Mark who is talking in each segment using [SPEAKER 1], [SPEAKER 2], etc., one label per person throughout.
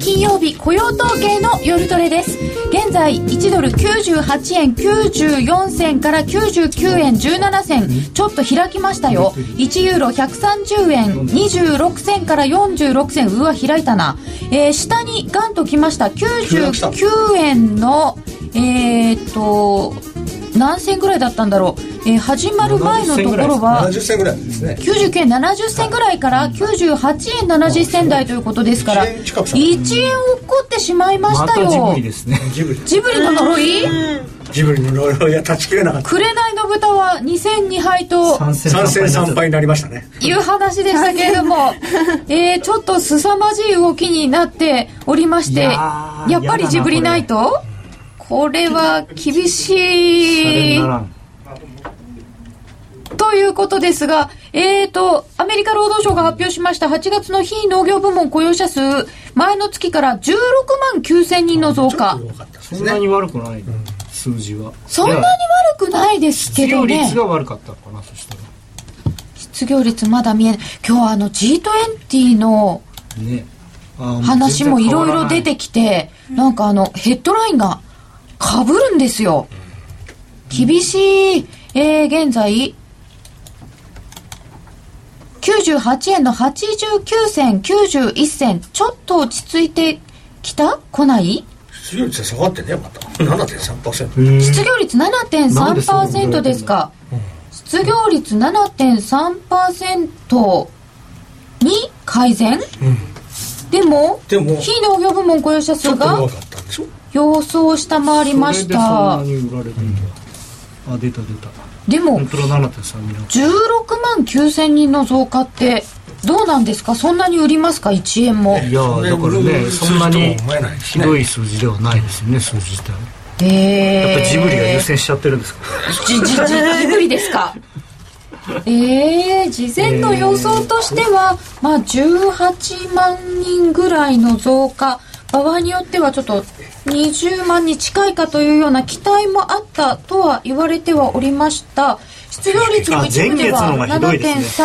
[SPEAKER 1] 金曜日雇用統計の夜トレです現在1ドル98円94銭から99円17銭ちょっと開きましたよ1ユーロ130円26銭から46銭うわ開いたな、えー下にガンときました99円のえーっと何銭ぐらいだったんだろう、えー始まる前のところは
[SPEAKER 2] 70銭ぐらいですね
[SPEAKER 1] 99円70銭ぐらいから98円70銭台ということですから
[SPEAKER 2] 1円近く下が
[SPEAKER 1] 1
[SPEAKER 2] る
[SPEAKER 1] 円落っこってしまいまし
[SPEAKER 3] ま
[SPEAKER 1] た
[SPEAKER 3] たジブ
[SPEAKER 1] よ
[SPEAKER 3] リですね
[SPEAKER 2] ジブリ
[SPEAKER 1] ジブリの呪い
[SPEAKER 2] ジブリのロールや断ち切れなかった
[SPEAKER 1] 紅の豚は2戦2敗と
[SPEAKER 3] 参戦
[SPEAKER 2] 3戦3敗になりましたね
[SPEAKER 1] いう話でしたけれども、えー、ちょっと凄まじい動きになっておりまして
[SPEAKER 3] いや
[SPEAKER 1] や
[SPEAKER 3] ー
[SPEAKER 1] っぱりジブリナイトこれは厳
[SPEAKER 3] シャ
[SPEAKER 1] し
[SPEAKER 3] レ
[SPEAKER 1] い
[SPEAKER 3] にならん
[SPEAKER 1] ということですが、えー、と、アメリカ労働省が発表しました8月の非農業部門雇用者数、前の月から16万9000人の増加。
[SPEAKER 2] よかったです
[SPEAKER 3] そんな
[SPEAKER 2] ね
[SPEAKER 3] に悪くない数字は
[SPEAKER 1] そんなに悪くないですけ
[SPEAKER 3] 失業
[SPEAKER 1] ど
[SPEAKER 3] 率
[SPEAKER 1] ね。
[SPEAKER 3] が悪かったのかなそしたら
[SPEAKER 1] 失業率まだ見えない。今日はあの G20 の
[SPEAKER 3] ねあー
[SPEAKER 1] 話もいろいろ出てきて、なんかあのヘッドラインが被るんですよ。厳しい。えー、現在、98円の89銭、91銭、ちょっと落ち着いてきた来ない
[SPEAKER 2] 失業率下がってねまた7.3%
[SPEAKER 3] 全然変わらないへー
[SPEAKER 1] 失業率
[SPEAKER 3] なんでそんなこと言う
[SPEAKER 1] 7.3%
[SPEAKER 3] の
[SPEAKER 1] ですか。失業率7.3%に改善、でも、
[SPEAKER 2] でも
[SPEAKER 1] 非農業部門雇用者
[SPEAKER 2] ちょ
[SPEAKER 1] 数
[SPEAKER 2] っ
[SPEAKER 1] が
[SPEAKER 2] と弱かったんでしょ
[SPEAKER 1] 様子を下回りまし
[SPEAKER 3] そ
[SPEAKER 1] た
[SPEAKER 3] れでそんなに売られるんだ、あ出た出た
[SPEAKER 1] でも
[SPEAKER 3] 本当の7.3ミラ
[SPEAKER 1] 16万9000人の増加ってどうなんですかそんなに売りますか1円も
[SPEAKER 3] いやーだからねそんなにひどい数字ではないですよね数字自体
[SPEAKER 1] へ
[SPEAKER 3] やっぱ
[SPEAKER 1] え
[SPEAKER 3] ジブリが優先しちゃってるんですか
[SPEAKER 1] じじじジブリです かえー、事前の予想としては、まあ、18万人ぐらいの増加場合によってはちょっと20万に近いかというような期待もあったとは言われてはおりました失業率も一部では
[SPEAKER 4] あ前月の方がひどいです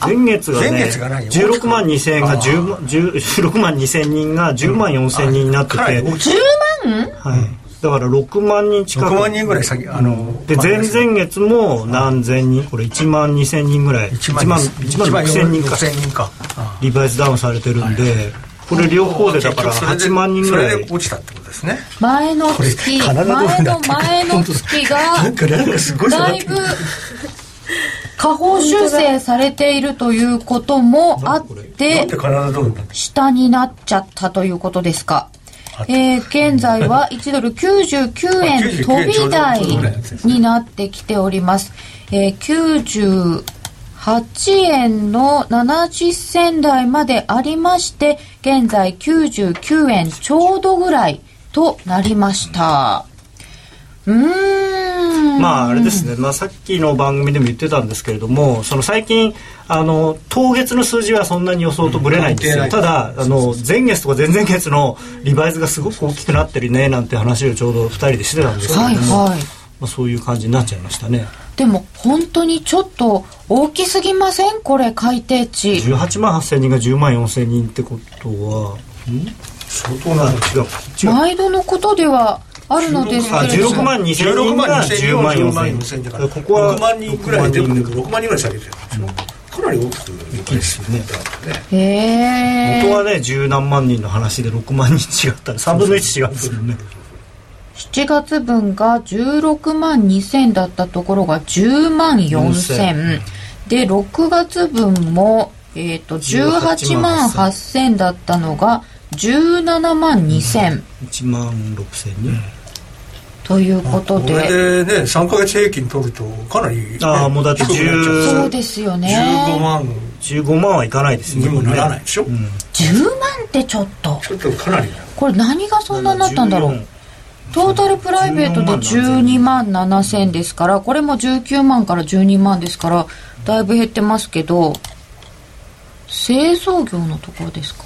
[SPEAKER 1] 7.3、
[SPEAKER 4] 前月がね
[SPEAKER 2] 前月が何
[SPEAKER 4] 16万2000円
[SPEAKER 2] あ
[SPEAKER 4] が
[SPEAKER 2] ー
[SPEAKER 4] 10万10 16万2000人が10万4000人になってて、
[SPEAKER 2] かなり
[SPEAKER 4] はい、
[SPEAKER 2] 大きい
[SPEAKER 4] だから6万人近く
[SPEAKER 2] 6万人ぐらい先あの
[SPEAKER 4] で前々月も何千人これ1万2000人ぐらい
[SPEAKER 2] 1
[SPEAKER 4] 1
[SPEAKER 2] 万
[SPEAKER 4] 万
[SPEAKER 2] 1
[SPEAKER 4] 1万
[SPEAKER 2] 万
[SPEAKER 4] 6000
[SPEAKER 2] 6000
[SPEAKER 4] 人
[SPEAKER 2] 人
[SPEAKER 4] か
[SPEAKER 2] か人か
[SPEAKER 4] リバイスダウンされてるんで、これ両方でだから8万人ぐら
[SPEAKER 2] それ
[SPEAKER 4] い
[SPEAKER 2] で落ちたってことですね
[SPEAKER 1] 前の月
[SPEAKER 2] これ
[SPEAKER 1] 前
[SPEAKER 2] 体どうな
[SPEAKER 1] の
[SPEAKER 2] ってるか
[SPEAKER 1] 前の月が
[SPEAKER 2] なんかなんかすごい下が
[SPEAKER 1] だ
[SPEAKER 2] っ
[SPEAKER 1] い
[SPEAKER 2] て
[SPEAKER 1] ぶ
[SPEAKER 2] る
[SPEAKER 1] 下方修正されているということもあっ
[SPEAKER 2] なん
[SPEAKER 1] て
[SPEAKER 2] で体どうなってる
[SPEAKER 1] 下になっちゃったということですか。えー現在は1ドル99円飛び台になってきております。えー98円の70銭台までありまして、現在99円ちょうどぐらいとなりました。うーん。
[SPEAKER 4] まああれですね、まあ、さっきの番組でも言ってたんですけれどもその最近あの当月の数字はそんなに予想とぶれないんですよ、
[SPEAKER 2] うん
[SPEAKER 4] ただあの前月とか前々月のリバイスがすごく大きくなってるねなんて話をちょうど2人でしてたんですけれども、
[SPEAKER 1] はいはい。
[SPEAKER 4] まあ、そういう感じになっちゃいましたね
[SPEAKER 1] でも本当にちょっと大きすぎませんこれ海底値。
[SPEAKER 4] 18万8000人が10万4000人ってことは
[SPEAKER 2] 相当
[SPEAKER 4] あ
[SPEAKER 2] な
[SPEAKER 4] 違う違う
[SPEAKER 1] 毎度のことではあるのです
[SPEAKER 4] あ
[SPEAKER 1] けれど
[SPEAKER 4] 16
[SPEAKER 1] も
[SPEAKER 4] 万2000人が10万4000
[SPEAKER 2] 4000
[SPEAKER 4] 人
[SPEAKER 2] だか
[SPEAKER 4] こ
[SPEAKER 2] ら
[SPEAKER 4] こは
[SPEAKER 2] 6万人ぐらいで
[SPEAKER 4] 6万人
[SPEAKER 2] 6万人ぐらい下げてるんですよかなり大きく大きいですよね
[SPEAKER 1] へえ
[SPEAKER 4] 元はね十何万人の話で6万人違ったら3分の1違うんですよね
[SPEAKER 1] 7月分が16万2000だったところが10万4000で6月分も、えー、と18万8000だったのが17万2000
[SPEAKER 4] 1万6000人、
[SPEAKER 1] ということ
[SPEAKER 2] こ
[SPEAKER 1] で、
[SPEAKER 2] れでね3ヶ月平均取るとかなりね
[SPEAKER 4] ああもうだって
[SPEAKER 2] 低くなっちゃう
[SPEAKER 4] 10
[SPEAKER 1] そうですよ
[SPEAKER 2] 15
[SPEAKER 1] ね
[SPEAKER 2] 万
[SPEAKER 4] 15万はいかないですよ
[SPEAKER 2] にもならないでしょ、
[SPEAKER 1] 10万ってちょっと
[SPEAKER 2] ちょっとかなり
[SPEAKER 1] これ何がそんなになったんだろうトータルプライベートで12万7千ですからこれも19万から12万ですからだいぶ減ってますけど製造業のところですか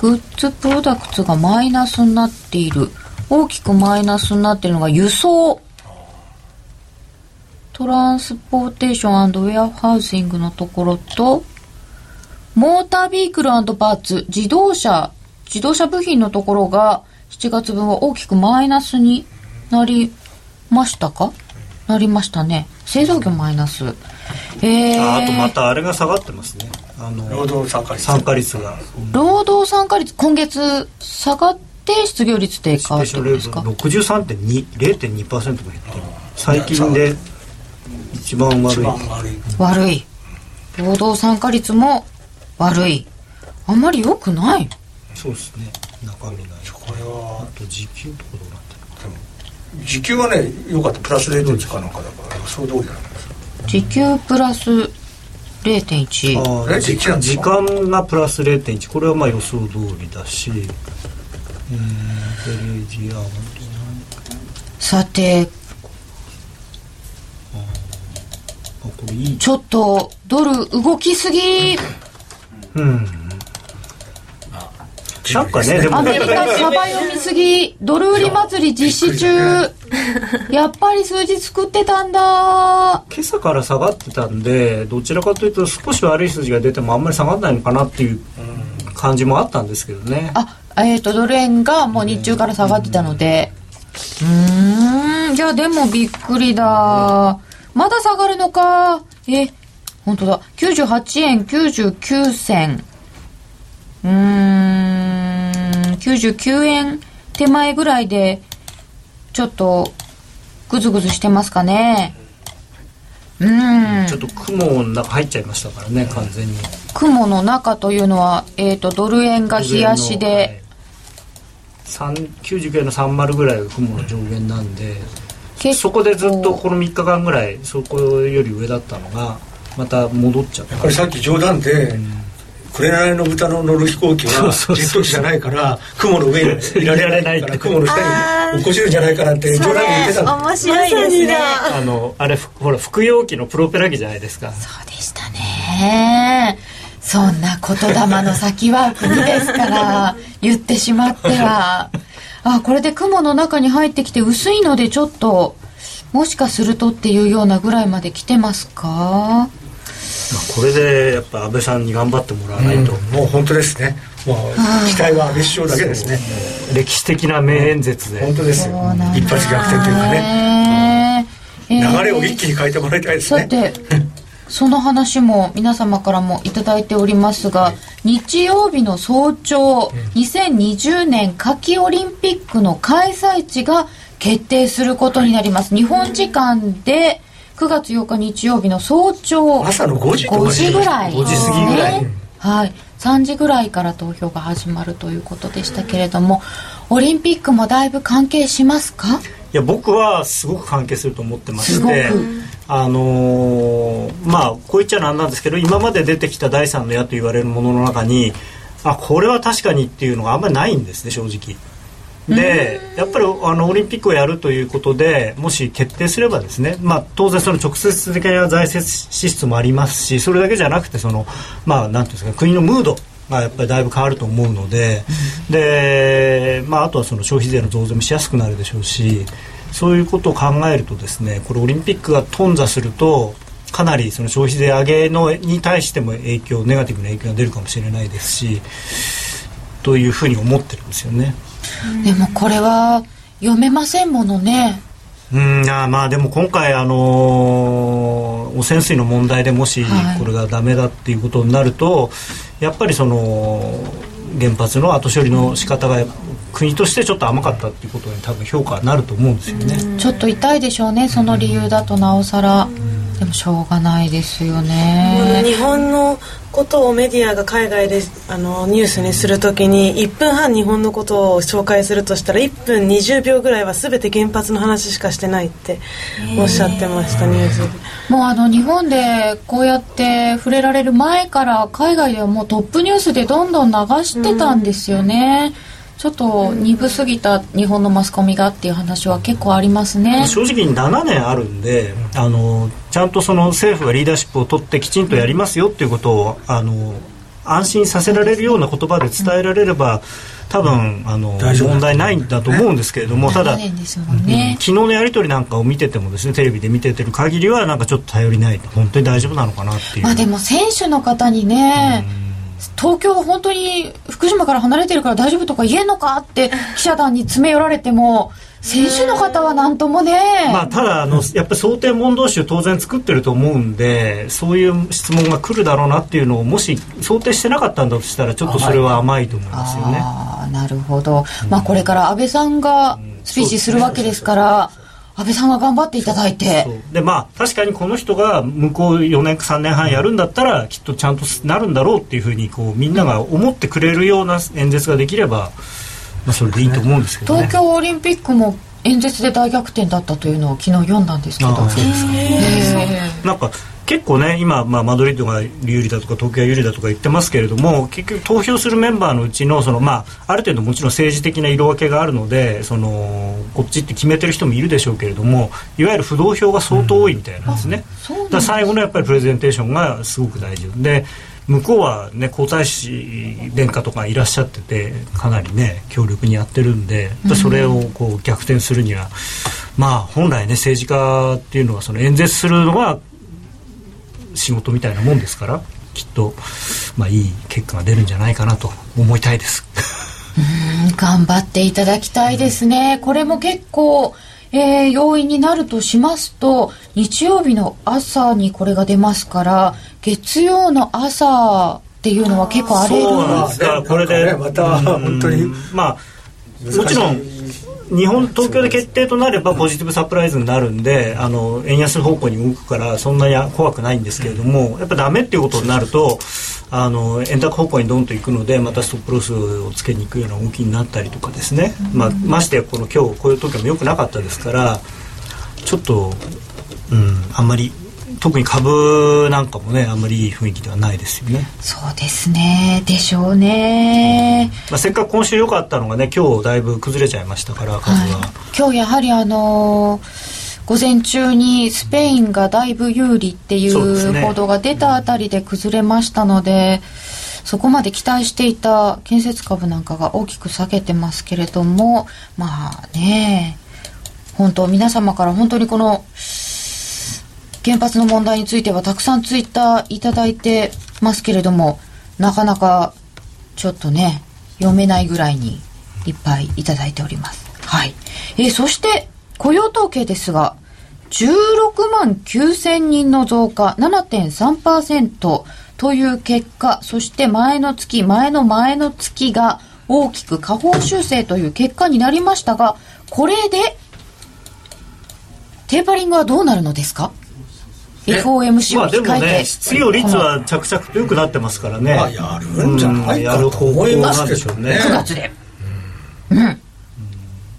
[SPEAKER 1] グッズプロダクツがマイナスになっている大きくマイナスになっているのが輸送トランスポーテーションウェアハウシングのところとモータービークルバーツ自動車自動車部品のところが7月分は大きくマイナスになりましたかなりましたね製造業マイナスえー、
[SPEAKER 4] ああとまたあれが下がってますねあの
[SPEAKER 2] 労働参加率
[SPEAKER 4] 参加率が
[SPEAKER 1] 労働参加率今月下がって失業率低下ってことですか
[SPEAKER 4] 63.2 0.2%も減ってる最近で一番悪
[SPEAKER 2] 一
[SPEAKER 4] い
[SPEAKER 2] 番悪い
[SPEAKER 1] 悪い労働参加率も悪いあんまり良くない
[SPEAKER 4] そうですね中身ない
[SPEAKER 2] これは
[SPEAKER 4] あと時給とかどうなってる
[SPEAKER 2] でも時給はね良かったプラス0.1かなんかだから予想通りなんです
[SPEAKER 1] 時給プラス0.1
[SPEAKER 4] あ
[SPEAKER 2] 0.1なん
[SPEAKER 4] ー時間
[SPEAKER 2] です
[SPEAKER 4] 時
[SPEAKER 2] か
[SPEAKER 4] 間がプラス0.1これはまあ予想通りだしえーベレージア本
[SPEAKER 1] さて
[SPEAKER 4] 当にあこれいい
[SPEAKER 1] ちょっとドル動きすぎ
[SPEAKER 4] うんなんかねでも
[SPEAKER 1] アメリカサバ読みすぎドル売り祭り実施中やっぱり数字作ってたんだ
[SPEAKER 4] 今朝から下がってたんでどちらかというと少し悪い数字が出てもあんまり下がらないのかなっていう感じもあったんですけどね
[SPEAKER 1] あえっ、とドル円がもう日中から下がってたのでうーんじゃあでもびっくりだまだ下がるのかえ本当だ98円99銭うーん99円手前ぐらいでちょっとグズグズしてますかねうーん
[SPEAKER 4] ちょっと雲の中入っちゃいましたからね完全に
[SPEAKER 1] 雲の中というのは、えっとドル円が冷やしで
[SPEAKER 4] はい3 99円の30ぐらいが雲の上限なんで
[SPEAKER 1] 結
[SPEAKER 4] そこでずっとこの3日間ぐらいそこより上だったのがまた戻っちゃった
[SPEAKER 2] これさっき冗談で紅の豚の乗る飛行機はジェット機じゃないから雲 の上にいられないから雲の下に落っこちるんじゃないかなって冗談で言ってたんで
[SPEAKER 5] 面白いですね。
[SPEAKER 4] あのあれふほら服用機のプロペラ機じゃないですか
[SPEAKER 1] そうでしたねそんな言霊の先は国ですから言ってしまって はあこれで雲の中に入ってきて薄いのでちょっともしかするとっていうようなぐらいまで来てますか
[SPEAKER 4] これでやっぱ安倍さんに頑張ってもらわないと、
[SPEAKER 2] もう本当ですねもう期待は安倍首相だけですね
[SPEAKER 4] 歴史的な名演説で、
[SPEAKER 2] 本当ですよ
[SPEAKER 1] そうなんだ
[SPEAKER 2] 一発逆転というかね
[SPEAKER 1] ね、えー
[SPEAKER 2] 流れを一気に変えてもらいたいです
[SPEAKER 1] さ
[SPEAKER 2] ね
[SPEAKER 1] てその話も皆様からもいただいておりますが日曜日の早朝2020年夏季オリンピックの開催地が決定することになります日本時間で9月8日日曜日の早朝
[SPEAKER 2] 朝の5時とか
[SPEAKER 1] 5時ぐらい
[SPEAKER 4] 5時過ぎぐらい
[SPEAKER 1] ねはい、3時ぐらいから投票が始まるということでしたけれどもオリンピックもだいぶ関係しますか
[SPEAKER 4] いや僕はすごく関係すると思ってますし
[SPEAKER 1] ごく
[SPEAKER 4] てあのーまあこう言っちゃなんなんですけど今まで出てきた第三の矢と言われるものの中にあこれは確かにっていうのがあんまりないんですね正直。でやっぱりあのオリンピックをやるということでもし決定すればですね、まあ、当然その直接的な財政支出もありますしそれだけじゃなくてその、まあ、なんていうんですか国のムードがやっぱりだいぶ変わると思うのでで、まあ、あとはその消費税の増税もしやすくなるでしょうしそういうことを考えるとですねこれオリンピックが頓挫するとかなりその消費税上げのに対しても影響ネガティブな影響が出るかもしれないですしというふうに思ってるんですよね。
[SPEAKER 1] でもこれは読めませんものね
[SPEAKER 4] うんあーまあでも今回、あのー汚染水の問題でもし
[SPEAKER 1] はい
[SPEAKER 4] これがダメだっていうことになると、やっぱりその原発の後処理の仕方が国としてちょっと甘かったっていうことに多分評価になると思うんですよね。
[SPEAKER 1] ちょっと痛いでしょうねその理由だとなおさらでもしょうがないですよね
[SPEAKER 5] 日本のことをメディアが海外であのニュースにするときに1分半日本のことを紹介するとしたら1分20秒ぐらいは全て原発の話しかしてないっておっしゃってましたニュースで
[SPEAKER 1] もうあの日本でこうやって触れられる前から海外ではもうトップニュースでどんどん流してたんですよねちょっと鈍すぎた日本のマスコミがっていう話は結構ありますね
[SPEAKER 4] 正直に7年あるんであのちゃんとその政府がリーダーシップを取ってきちんとやりますよっていうことをあの安心させられるような言葉で伝えられれば多分あの
[SPEAKER 2] 大丈夫だ
[SPEAKER 4] 問題ないんだと思うんですけれどもた
[SPEAKER 1] 7
[SPEAKER 4] だ
[SPEAKER 1] 年ですもん
[SPEAKER 4] うん
[SPEAKER 1] ね
[SPEAKER 4] 昨日のやり取りなんかを見ててもですねテレビで見ててる限りはなんかちょっと頼りない本当に大丈夫なのかなっていう。
[SPEAKER 1] まあでも選手の方にね、東京は本当に福島から離れてるから大丈夫とか言えんのかって記者団に詰め寄られても選手の方は何ともね、
[SPEAKER 4] まあ、ただあの、やっぱり想定問答集当然作ってると思うんでそういう質問が来るだろうなっていうのをもし想定してなかったんだとしたらちょっとそれは甘いと思いますよね。
[SPEAKER 1] ああなるほど、まあ、これから安倍さんがスピーチするわけですから。安倍さんは頑張っていただいて
[SPEAKER 4] そうでまあ確かにこの人が向こう4年3年半やるんだったらきっとちゃんとなるんだろうっていうふうにこうみんなが思ってくれるような演説ができれば、まあ、それでいいと思うんですけどね
[SPEAKER 1] 東京オリンピックも演説で大逆転だったというのを昨日読んだんですけど
[SPEAKER 4] ああそうですか
[SPEAKER 1] え
[SPEAKER 4] なんか結構ね今、まあ、マドリッドが有利だとか東京が有利だとか言ってますけれども結局投票するメンバーのうちのその、まあ、ある程度もちろん政治的な色分けがあるのでそのこっちって決めてる人もいるでしょうけれどもいわゆる不動票が相当多いみたいなんですね、
[SPEAKER 1] そうなん
[SPEAKER 4] だから最後のやっぱりプレゼンテーションがすごく大事で向こうはね皇太子殿下とかいらっしゃっててかなりね強力にやってるんでやっぱそれをこう逆転するには、まあ本来ね政治家っていうのはその演説するのが仕事みたいなもんですからきっと、まあ、いい結果が出るんじゃないかなと思いたいです
[SPEAKER 1] 頑張っていただきたいですね。これも結構、えー要因になるとしますと、日曜日の朝にこれが出ますから、月曜の朝っていうのは結構荒れる
[SPEAKER 4] そうな
[SPEAKER 2] あ
[SPEAKER 4] んで
[SPEAKER 2] あ
[SPEAKER 4] すだから
[SPEAKER 2] ね
[SPEAKER 4] これで
[SPEAKER 2] なんかねまた 本当に
[SPEAKER 4] うんまあもちろん日本東京で決定となればポジティブサプライズになるんで、あの円安方向に動くからそんなに怖くないんですけれども、やっぱダメっていうことになるとあの円高方向にドンと行くのでまたストップロスをつけに行くような動きになったりとかですね、まあ、ましてやこの今日こういう時も良くなかったですからちょっと、うん、あんまり特に株なんかもねあんまりいい雰囲気ではないですよね。
[SPEAKER 1] そうですね。でしょうね。
[SPEAKER 4] まあ、せっかく今週良かったのがね今日だいぶ崩れちゃいましたから株は、
[SPEAKER 1] はい、今日やはりあのー午前中にスペインがだいぶ有利ってい
[SPEAKER 4] そうです
[SPEAKER 1] う
[SPEAKER 4] ね
[SPEAKER 1] 報道が出たあたりで崩れましたのでそこまで期待していた建設株なんかが大きく下げてますけれどもまあね本当皆様から本当にこの原発の問題についてはたくさんツイッターいただいてますけれどもなかなかちょっとね読めないぐらいにいっぱいいただいておりますはい、えーそして雇用統計ですが16万9000人の増加7.3%という結果そして前の月前の前の月が大きく下方修正という結果になりましたがこれでテーパリングはどうなるのですか FOMC
[SPEAKER 4] ま
[SPEAKER 1] を
[SPEAKER 4] あでも
[SPEAKER 1] 控えて、
[SPEAKER 4] ね失業率は着々と良くなってますからね、
[SPEAKER 2] まあやるんじゃないかと思いますけど
[SPEAKER 4] うん
[SPEAKER 2] ね
[SPEAKER 4] やる方向なんでしょ
[SPEAKER 1] 9月
[SPEAKER 4] うね
[SPEAKER 1] で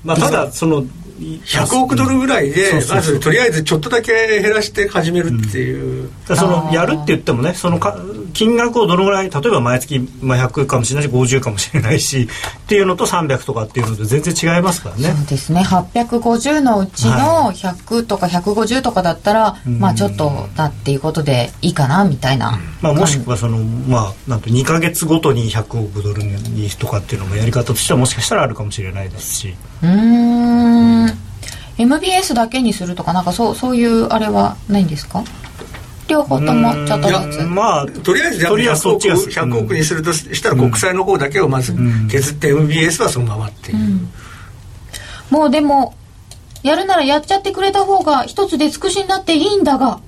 [SPEAKER 4] まあ、ただそのい
[SPEAKER 2] 100億ドルぐらいで
[SPEAKER 4] そうそうそう
[SPEAKER 2] まずとりあえずちょっとだけ減らして始めるっていう
[SPEAKER 4] だからそのやるって言ってもねそのか金額をどのぐらい例えば毎月、まあ、100かもしれないし50かもしれないしっていうのと300とかっていうので全然違いますからね
[SPEAKER 1] そうですね850のうちの100とか150とかだったら、まあちょっとだっていうことでいいかなみたいな、
[SPEAKER 4] まあ、もしくはその、まあ、なんと2か月ごとに100億ドルにとかっていうのもやり方としてはもしかしたらあるかもしれないですし
[SPEAKER 1] うーん MBS だけにするとかなんかそうそういうあれはないんですか両方ともちょっとずつ
[SPEAKER 4] まあ
[SPEAKER 2] とりあえずじゃあ
[SPEAKER 4] とりあえず
[SPEAKER 2] 100
[SPEAKER 4] そっ
[SPEAKER 2] 億
[SPEAKER 4] ちが
[SPEAKER 2] 100億にするとしたら国債の方だけをまず削って MBS はそのままっていう、
[SPEAKER 1] もうでもやるならやっちゃってくれた方が一つで尽くしになっていいんだが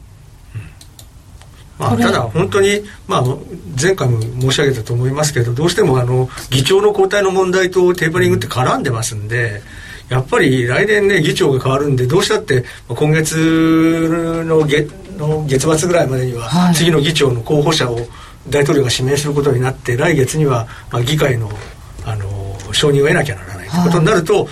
[SPEAKER 2] ま
[SPEAKER 1] こ
[SPEAKER 2] あ、
[SPEAKER 1] れ
[SPEAKER 2] ただ本当に、まあ、前回も申し上げたと思いますけどどうしてもあの議長の交代の問題とテーパリングって絡んでますんでやっぱり来年ね議長が変わるんでどうしたってまあ今月の月の月末ぐらいまでには
[SPEAKER 1] はい
[SPEAKER 2] 次の議長の候補者を大統領が指名することになって来月にはまあ議会のあの承認を得なきゃならないということになると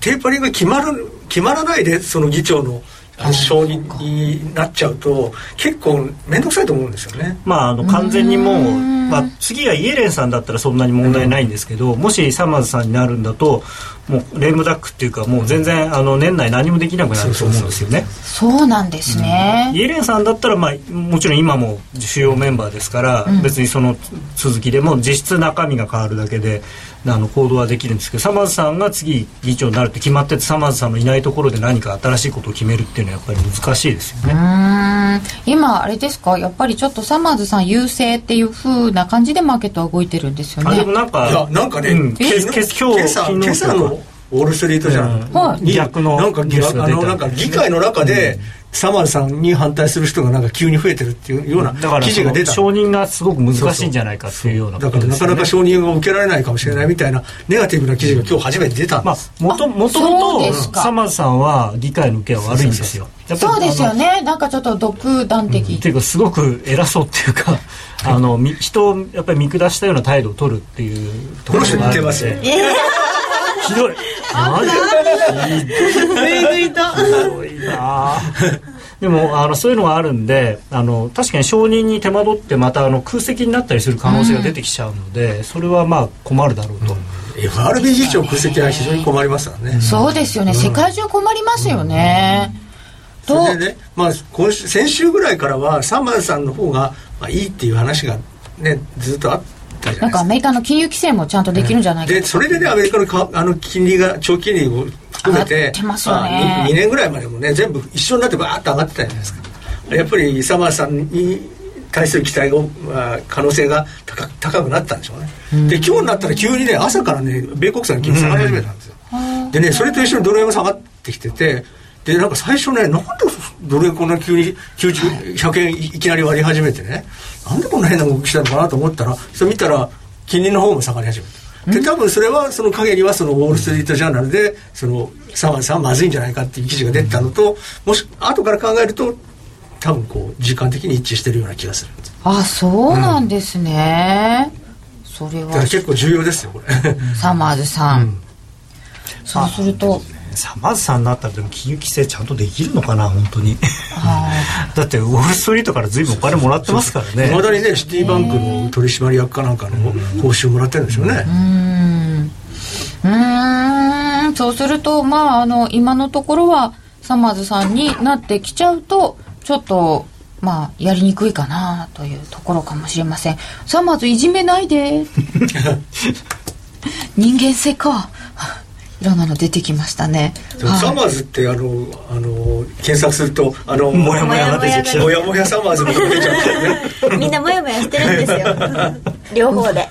[SPEAKER 2] テーパリングが決まる決まらないでその議長のあの承認になっちゃうと結構面倒くさいと思うんですよね。
[SPEAKER 4] まあ、あの完全にもうまあ、次がイエレンさんだったらそんなに問題ないんですけど、もしサマーズさんになるんだともうレームダックっていうかもう全然あの年内何もできなくなると思うんですよね
[SPEAKER 1] そうなんですね、
[SPEAKER 4] イエレンさんだったら、まあ、もちろん今も主要メンバーですから、別にその続きでも実質中身が変わるだけであの行動はできるんですけどサマーズさんが次議長になるって決まっててサマーズさんのいないところで何か新しいことを決めるっていうのはやっぱり難しいですよね
[SPEAKER 1] うーんん今あれですかやっぱりちょっとサマーズさん優勢っていう風な感じでマーケットは動いてるんですよ
[SPEAKER 4] あでも
[SPEAKER 1] ね
[SPEAKER 4] なん
[SPEAKER 2] いや
[SPEAKER 4] か
[SPEAKER 2] なんかね、
[SPEAKER 4] うん
[SPEAKER 2] 昨日
[SPEAKER 4] 今朝今日
[SPEAKER 2] 今朝
[SPEAKER 4] 昨日
[SPEAKER 2] 今朝のウォール・ストリートじゃん、
[SPEAKER 4] うん
[SPEAKER 1] はい
[SPEAKER 2] に
[SPEAKER 4] 逆の
[SPEAKER 2] なんか
[SPEAKER 4] ニュースが
[SPEAKER 2] あ
[SPEAKER 4] 出た
[SPEAKER 2] のなんか議会の中で、サマーズさんに反対する人がなんか急に増えてるっていうような
[SPEAKER 4] だから
[SPEAKER 2] 記事が出た
[SPEAKER 4] 承認がすごく難しいんじゃないかっていうような
[SPEAKER 2] だ
[SPEAKER 4] こ
[SPEAKER 2] か
[SPEAKER 4] と
[SPEAKER 2] ら
[SPEAKER 4] で
[SPEAKER 2] な
[SPEAKER 4] す
[SPEAKER 2] か
[SPEAKER 4] よね
[SPEAKER 2] なか承認を受けられないかもしれないみたいなネガティブな記事が今日初めて出たん
[SPEAKER 4] ま
[SPEAKER 2] で
[SPEAKER 4] あ
[SPEAKER 2] す、
[SPEAKER 4] もともと
[SPEAKER 1] そう
[SPEAKER 4] もと
[SPEAKER 1] ですか
[SPEAKER 4] サマーズさんは議会の受けは悪いんですよやっぱり
[SPEAKER 1] そうです
[SPEAKER 4] あの
[SPEAKER 1] よねなんかちょっと独断的、
[SPEAKER 4] っていうかすごく偉そうっていうかあのみ人をやっぱり見下したような態度を取るっていうところ
[SPEAKER 2] この人
[SPEAKER 4] があ
[SPEAKER 2] 似
[SPEAKER 4] る
[SPEAKER 2] て
[SPEAKER 4] の
[SPEAKER 2] ますよ
[SPEAKER 4] で ひどいマジ
[SPEAKER 5] 上抜いた
[SPEAKER 4] 多いなあでもあのそういうのがあるんであの確かに承認に手間取ってまたあの空席になったりする可能性が出てきちゃうので、それはまあ困るだろうと、
[SPEAKER 2] FRB 議長空席は非常に困りますからね、
[SPEAKER 1] そうですよね、世界中困りますよね、
[SPEAKER 2] そ
[SPEAKER 1] と
[SPEAKER 2] れでね、まあ、今週先週ぐらいからはサマーズさんの方が、まあ、いいっていう話がねずっとあっ
[SPEAKER 1] な
[SPEAKER 2] たじゃな
[SPEAKER 1] ん
[SPEAKER 2] いです
[SPEAKER 1] かア
[SPEAKER 2] か
[SPEAKER 1] メリカの金融規制もちゃんとできるんじゃないか、
[SPEAKER 2] でそれでねアメリカのかあの金利が長期金利を含め
[SPEAKER 1] 上が
[SPEAKER 2] て
[SPEAKER 1] ってますよね
[SPEAKER 2] あに 2, 年ぐらいまでもね全部一緒になってバーッと上がってたじゃないですかやっぱりサマーさんに対する期待が、まあ可能性が高高くなったんでしょうね、で今日になったら急にね朝からね米国債の金利下がり始めたんですよ、でねそれと一緒にドル円も下がってきててでなんか最初ねなんでドル円こんな急に90 100円いきなり割り始めてねなんでこんな変な動きしたのかなと思ったらそれ見たら金利の方も下がり始めたで多分それはその陰にはそのウォール・ストリート・ジャーナルでそのサマーさんはまずいんじゃないかっていう記事が出てたのともし後から考えると多分こう時間的に一致してるような気がする
[SPEAKER 1] あそうなんですね、それ
[SPEAKER 2] だから
[SPEAKER 1] は
[SPEAKER 2] 結構重要ですよこれ
[SPEAKER 1] サマーズさん、そうすると
[SPEAKER 4] サマーズさんになったらでも金融規制ちゃんとできるのかな本当に
[SPEAKER 1] あ
[SPEAKER 4] だってウォール・ストリートから随分お金もらってますから
[SPEAKER 2] い
[SPEAKER 4] ね
[SPEAKER 2] まだにねシティバンクの取締役かなんかの報酬もらってるんでしょうね、
[SPEAKER 1] ーうーんそうするとまああの今のところはサマーズさんになってきちゃうとちょっとまあやりにくいかなというところかもしれませんサマーズいじめない で人間性か いろんなの出てきましたね
[SPEAKER 2] でも
[SPEAKER 1] はい
[SPEAKER 2] サマーズってあのあの検索するとあの
[SPEAKER 4] もやもやが出てきちゃ
[SPEAKER 2] も
[SPEAKER 4] う
[SPEAKER 2] やもやサマーズも出ちゃってね
[SPEAKER 6] みんなもやもやしてるんですよ両方で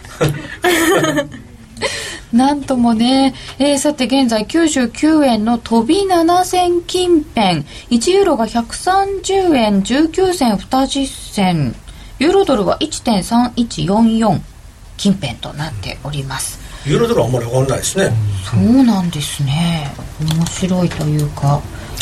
[SPEAKER 1] なんともね、えーさて現在99円の飛び7銭近辺、1ユーロが130円19銭20銭、ユーロドルは1.3144近辺となっております。
[SPEAKER 2] ユーロドルはあんまり上がんないですね、
[SPEAKER 1] そうなんですね。面白いというか、